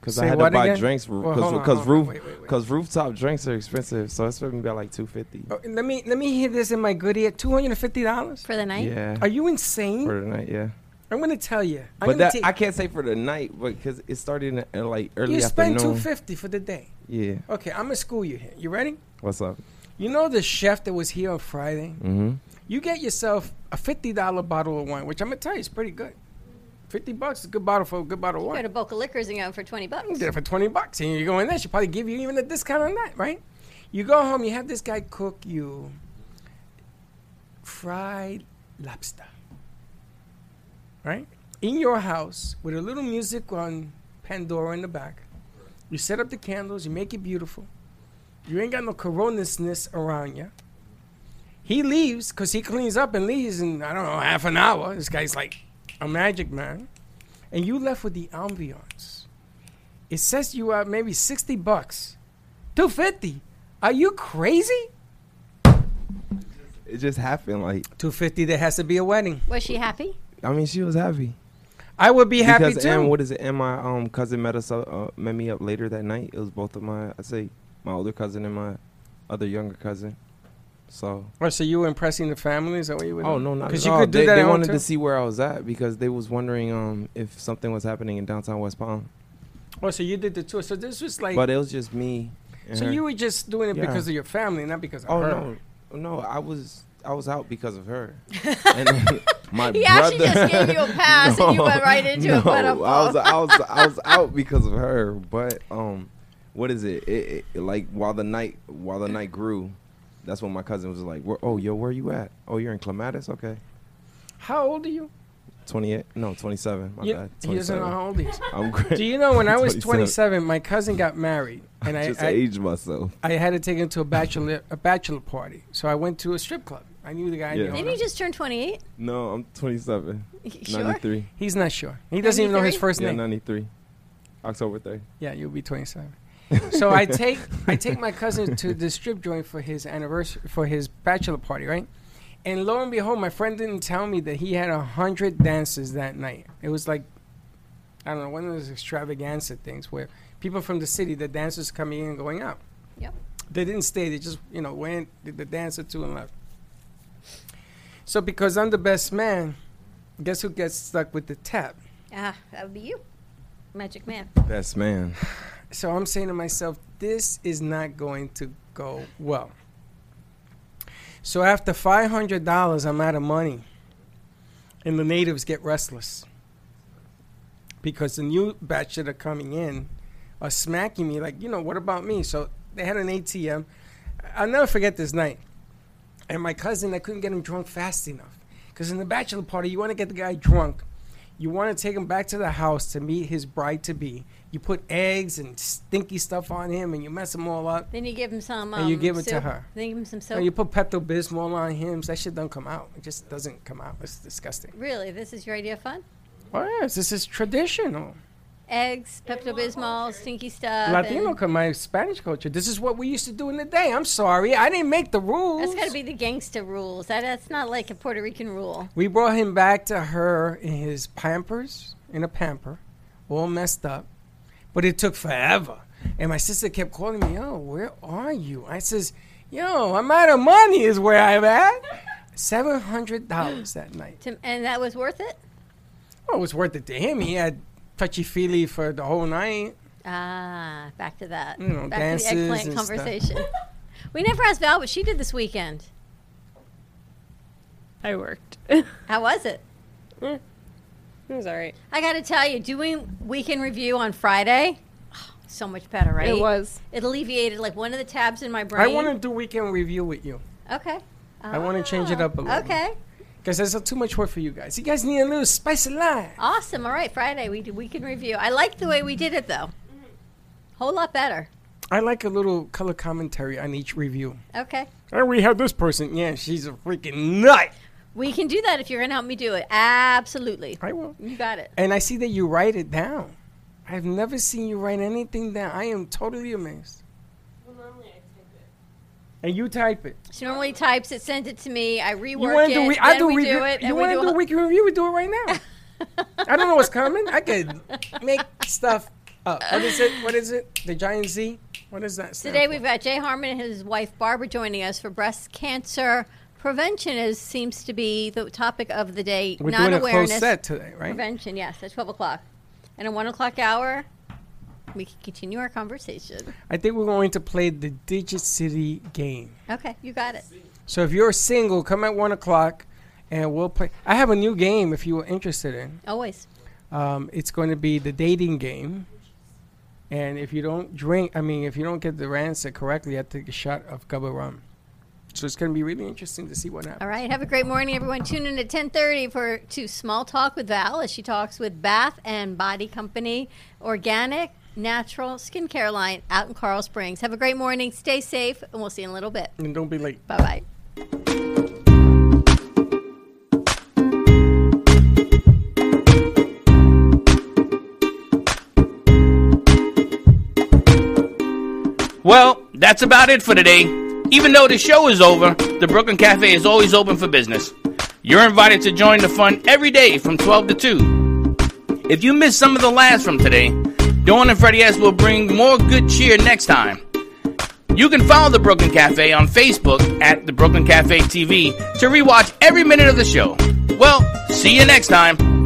Speaker 5: cuz
Speaker 2: Say
Speaker 5: I had to
Speaker 2: what
Speaker 5: buy
Speaker 2: again?
Speaker 5: drinks
Speaker 2: Well, hold on,
Speaker 5: cuz cuz
Speaker 2: hold on,
Speaker 5: roof
Speaker 2: wait, wait, wait.
Speaker 5: cuz rooftop drinks are expensive so it's probably about like 250
Speaker 2: Oh, let me let me hear this in my good ear. Two hundred and fifty dollars
Speaker 3: for the night.
Speaker 5: Yeah.
Speaker 2: Are you insane?
Speaker 5: for the night yeah
Speaker 2: I'm gonna tell you. I'm
Speaker 5: but
Speaker 2: gonna
Speaker 5: that
Speaker 2: take-
Speaker 5: I can't say for the night but cuz it started in uh, like early
Speaker 2: you spend two
Speaker 5: afternoon
Speaker 2: fifty for the day.
Speaker 5: yeah
Speaker 2: Okay, I'm gonna school you here. You ready?
Speaker 5: what's up
Speaker 2: You know the chef that was here on Friday.
Speaker 5: mhm
Speaker 2: You get yourself a fifty dollar bottle of wine, which I'm gonna tell you is pretty good. Fifty bucks is a good bottle for a good bottle of
Speaker 3: Go
Speaker 2: wine.
Speaker 3: to Boca Liquors and go for twenty bucks.
Speaker 2: You get it for 20 bucks and you go in there. She'll probably give you even a discount on that, right? You go home, you have this guy cook you fried lobster, right? In your house with a little music on Pandora in the back. You set up the candles, you make it beautiful. You ain't got no coronisness around you. He leaves because he cleans up and leaves in, I don't know, half an hour. This guy's like a magic man. And you left with the ambiance. It says you are maybe 60 bucks. 250? Are you crazy?
Speaker 5: it just happened like
Speaker 2: 250 there has to be a wedding.
Speaker 3: Was she happy?
Speaker 5: I mean she was happy
Speaker 2: I would be happy
Speaker 5: because
Speaker 2: too.
Speaker 5: and what is it? And my um cousin met us up, uh, met me up later that night. It was both of my I say my older cousin and my other younger cousin. So
Speaker 2: Oh, so you were impressing the family? Is that what you were
Speaker 5: oh
Speaker 2: doing?
Speaker 5: no, not
Speaker 2: Because
Speaker 5: because
Speaker 2: you could do
Speaker 5: they,
Speaker 2: that
Speaker 5: they
Speaker 2: at home,
Speaker 5: wanted
Speaker 2: too?
Speaker 5: to see where I was at because they was wondering um if something was happening in downtown West Palm.
Speaker 2: Oh, so you did the tour. So this was like.
Speaker 5: But it was just me. and
Speaker 2: so
Speaker 5: her.
Speaker 2: you were just doing it
Speaker 5: Yeah.
Speaker 2: because of your family, not because of
Speaker 5: Oh
Speaker 2: her.
Speaker 5: no, no, I was I was out because
Speaker 2: [LAUGHS]
Speaker 5: of her. and then my
Speaker 3: He actually just gave you a pass
Speaker 5: [LAUGHS]
Speaker 3: and you went right into a butt
Speaker 5: I
Speaker 3: up
Speaker 5: was
Speaker 3: ball.
Speaker 5: I was I was out because of her, but um, what is it? It, it? Like while the night while the night grew, that's when my cousin was like, where, "Oh, yo, where you at? Oh, you're in Clematis, okay."
Speaker 2: How old are you?
Speaker 5: 28 no 27 my
Speaker 2: You-
Speaker 5: bad
Speaker 2: he doesn't know
Speaker 5: 27.
Speaker 2: how old he is.
Speaker 5: [LAUGHS] i'm great
Speaker 2: Do you know when I
Speaker 5: [LAUGHS]
Speaker 2: was
Speaker 5: 27.
Speaker 2: 27, my cousin got
Speaker 5: [LAUGHS]
Speaker 2: married, and I,
Speaker 5: just
Speaker 2: I
Speaker 5: aged myself
Speaker 2: I had to take him to a bachelor a bachelor party. So I went to a strip club. I knew the guy. I
Speaker 5: Yeah.
Speaker 2: knew
Speaker 3: Didn't
Speaker 2: him.
Speaker 3: you just turn twenty-eight? [LAUGHS]
Speaker 5: no i'm 27
Speaker 3: Sure.
Speaker 5: 93
Speaker 2: He's not sure. He doesn't even know his
Speaker 3: 93?
Speaker 2: first
Speaker 5: yeah
Speaker 2: name.
Speaker 5: 93 october 30
Speaker 2: Yeah, you'll be 27. so I take I take my cousin to the strip joint for his anniversary for his bachelor party, right? And lo and behold, my friend didn't tell me that he had a hundred dances that night. It was like I don't know one of those extravaganza things where people from the city, the dancers coming in and going out.
Speaker 3: Yep.
Speaker 2: They didn't stay. They just you know went did the dance or two and left. So because I'm the best man, guess who gets stuck with the tap?
Speaker 3: Ah, that would be you, Magic Man.
Speaker 5: Best man.
Speaker 2: So I'm saying to myself, this is not going to go well. So after five hundred dollars, I'm out of money, and the natives get restless because the new batch that are coming in are smacking me like, you know, what about me? So they had an ATM. I'll never forget this night. And my cousin, I couldn't get him drunk fast enough because in the bachelor party, you want to get the guy drunk. You want to take him back to the house to meet his bride to be. You put eggs and stinky stuff on him, and you mess him all up.
Speaker 3: Then you give him some. Um,
Speaker 2: And you give it to
Speaker 3: soup.
Speaker 2: her.
Speaker 3: Then you give him some soap.
Speaker 2: And you put Pepto Bismol on him. So that shit don't come out. It just doesn't come out. It's disgusting.
Speaker 3: really, this is your idea of fun?
Speaker 2: Well, yes, this is traditional.
Speaker 3: Eggs, Pepto Bismol, stinky stuff.
Speaker 2: Latino,
Speaker 3: and-
Speaker 2: cu- my Spanish culture. This is what we used to do in the day. I'm sorry, I didn't make the rules.
Speaker 3: That's got to be the gangster rules. That, that's not like a Puerto Rican rule.
Speaker 2: We brought him back to her in his Pampers, in a pamper, all messed up. But it took forever. And my sister kept calling me, yo, where are you? I says, yo, I'm out of money is where I'm at. $700 that night.
Speaker 3: To, and that was worth it?
Speaker 2: Well, it was worth it to him. He had touchy-feely for the whole night.
Speaker 3: Ah, back to that.
Speaker 2: You know,
Speaker 3: back to
Speaker 2: dances
Speaker 3: the eggplant
Speaker 2: and stuff.
Speaker 3: conversation. we never asked Val what she did this weekend.
Speaker 11: I worked.
Speaker 3: How was it?
Speaker 11: Eh, it was all right.
Speaker 3: I got to tell you, doing weekend review on Friday, [SIGHS] oh, so much better, right?
Speaker 2: It was.
Speaker 3: It alleviated like one of the tabs in my brain.
Speaker 2: I want to do weekend review with you.
Speaker 3: Okay.
Speaker 2: I want to change it up a little.
Speaker 3: Okay.
Speaker 2: Because there's too much work for you guys. You guys need a little spice of life.
Speaker 3: Awesome. All right, Friday we do weekend review. I like the way we did it though. Whole lot better.
Speaker 2: I like a little color commentary on each review.
Speaker 3: Okay.
Speaker 2: And we have this person. Yeah, she's a freaking nut.
Speaker 3: We can do that if you're going to help me do it. Absolutely.
Speaker 2: I will.
Speaker 3: You got it.
Speaker 2: And I see that you write it down. I've never seen you write anything down. I am totally amazed. And you type it.
Speaker 3: She normally types it, sends it to me. I rework
Speaker 2: you wanna
Speaker 3: it.
Speaker 2: do? we-
Speaker 3: then
Speaker 2: I do.
Speaker 3: we
Speaker 2: review,
Speaker 3: do it.
Speaker 2: you
Speaker 3: and we
Speaker 2: want to do
Speaker 3: a
Speaker 2: a weekly review? We do it right now. I don't know what's coming. I
Speaker 3: [LAUGHS]
Speaker 2: could make stuff up. What is it? What is it? The giant Z. What is that? stand
Speaker 3: Today
Speaker 2: for?
Speaker 3: we've got Jay Harmon and his wife Barbara joining us for breast cancer prevention. Is seems to be the topic of the day.
Speaker 2: We're doing a closed
Speaker 3: Non-awareness
Speaker 2: set today, right?
Speaker 3: Prevention, yes, at twelve o'clock, and at one o'clock hour, we can continue our conversation.
Speaker 2: I think we're going to play the Digit City game.
Speaker 3: Okay, you got it.
Speaker 2: So if you're single, come at one o'clock, and we'll play. I have a new game if you were interested in.
Speaker 3: Always.
Speaker 2: Um, it's going to be the dating game, and if you don't drink, I mean, if you don't get the answer correctly, you have to take a shot of Gubba rum. So it's going to be really interesting to see what happens.
Speaker 3: All right. Have a great morning, everyone. Tune in at ten thirty for to small talk with Val as she talks with Bath and Body Company, organic, natural skincare line out in Carl Springs. Have a great morning. Stay safe, and we'll see you in a little bit.
Speaker 2: And don't be late.
Speaker 3: Bye bye.
Speaker 10: Well, that's about it for today. Even though the show is over, the Brooklyn Cafe is always open for business. You're invited to join the fun every day from 12 to 2. If you missed some of the laughs from today, Dawn and Freddie S will bring more good cheer next time. You can follow the Brooklyn Cafe on Facebook at the Brooklyn Cafe TV to rewatch every minute of the show. Well, see you next time.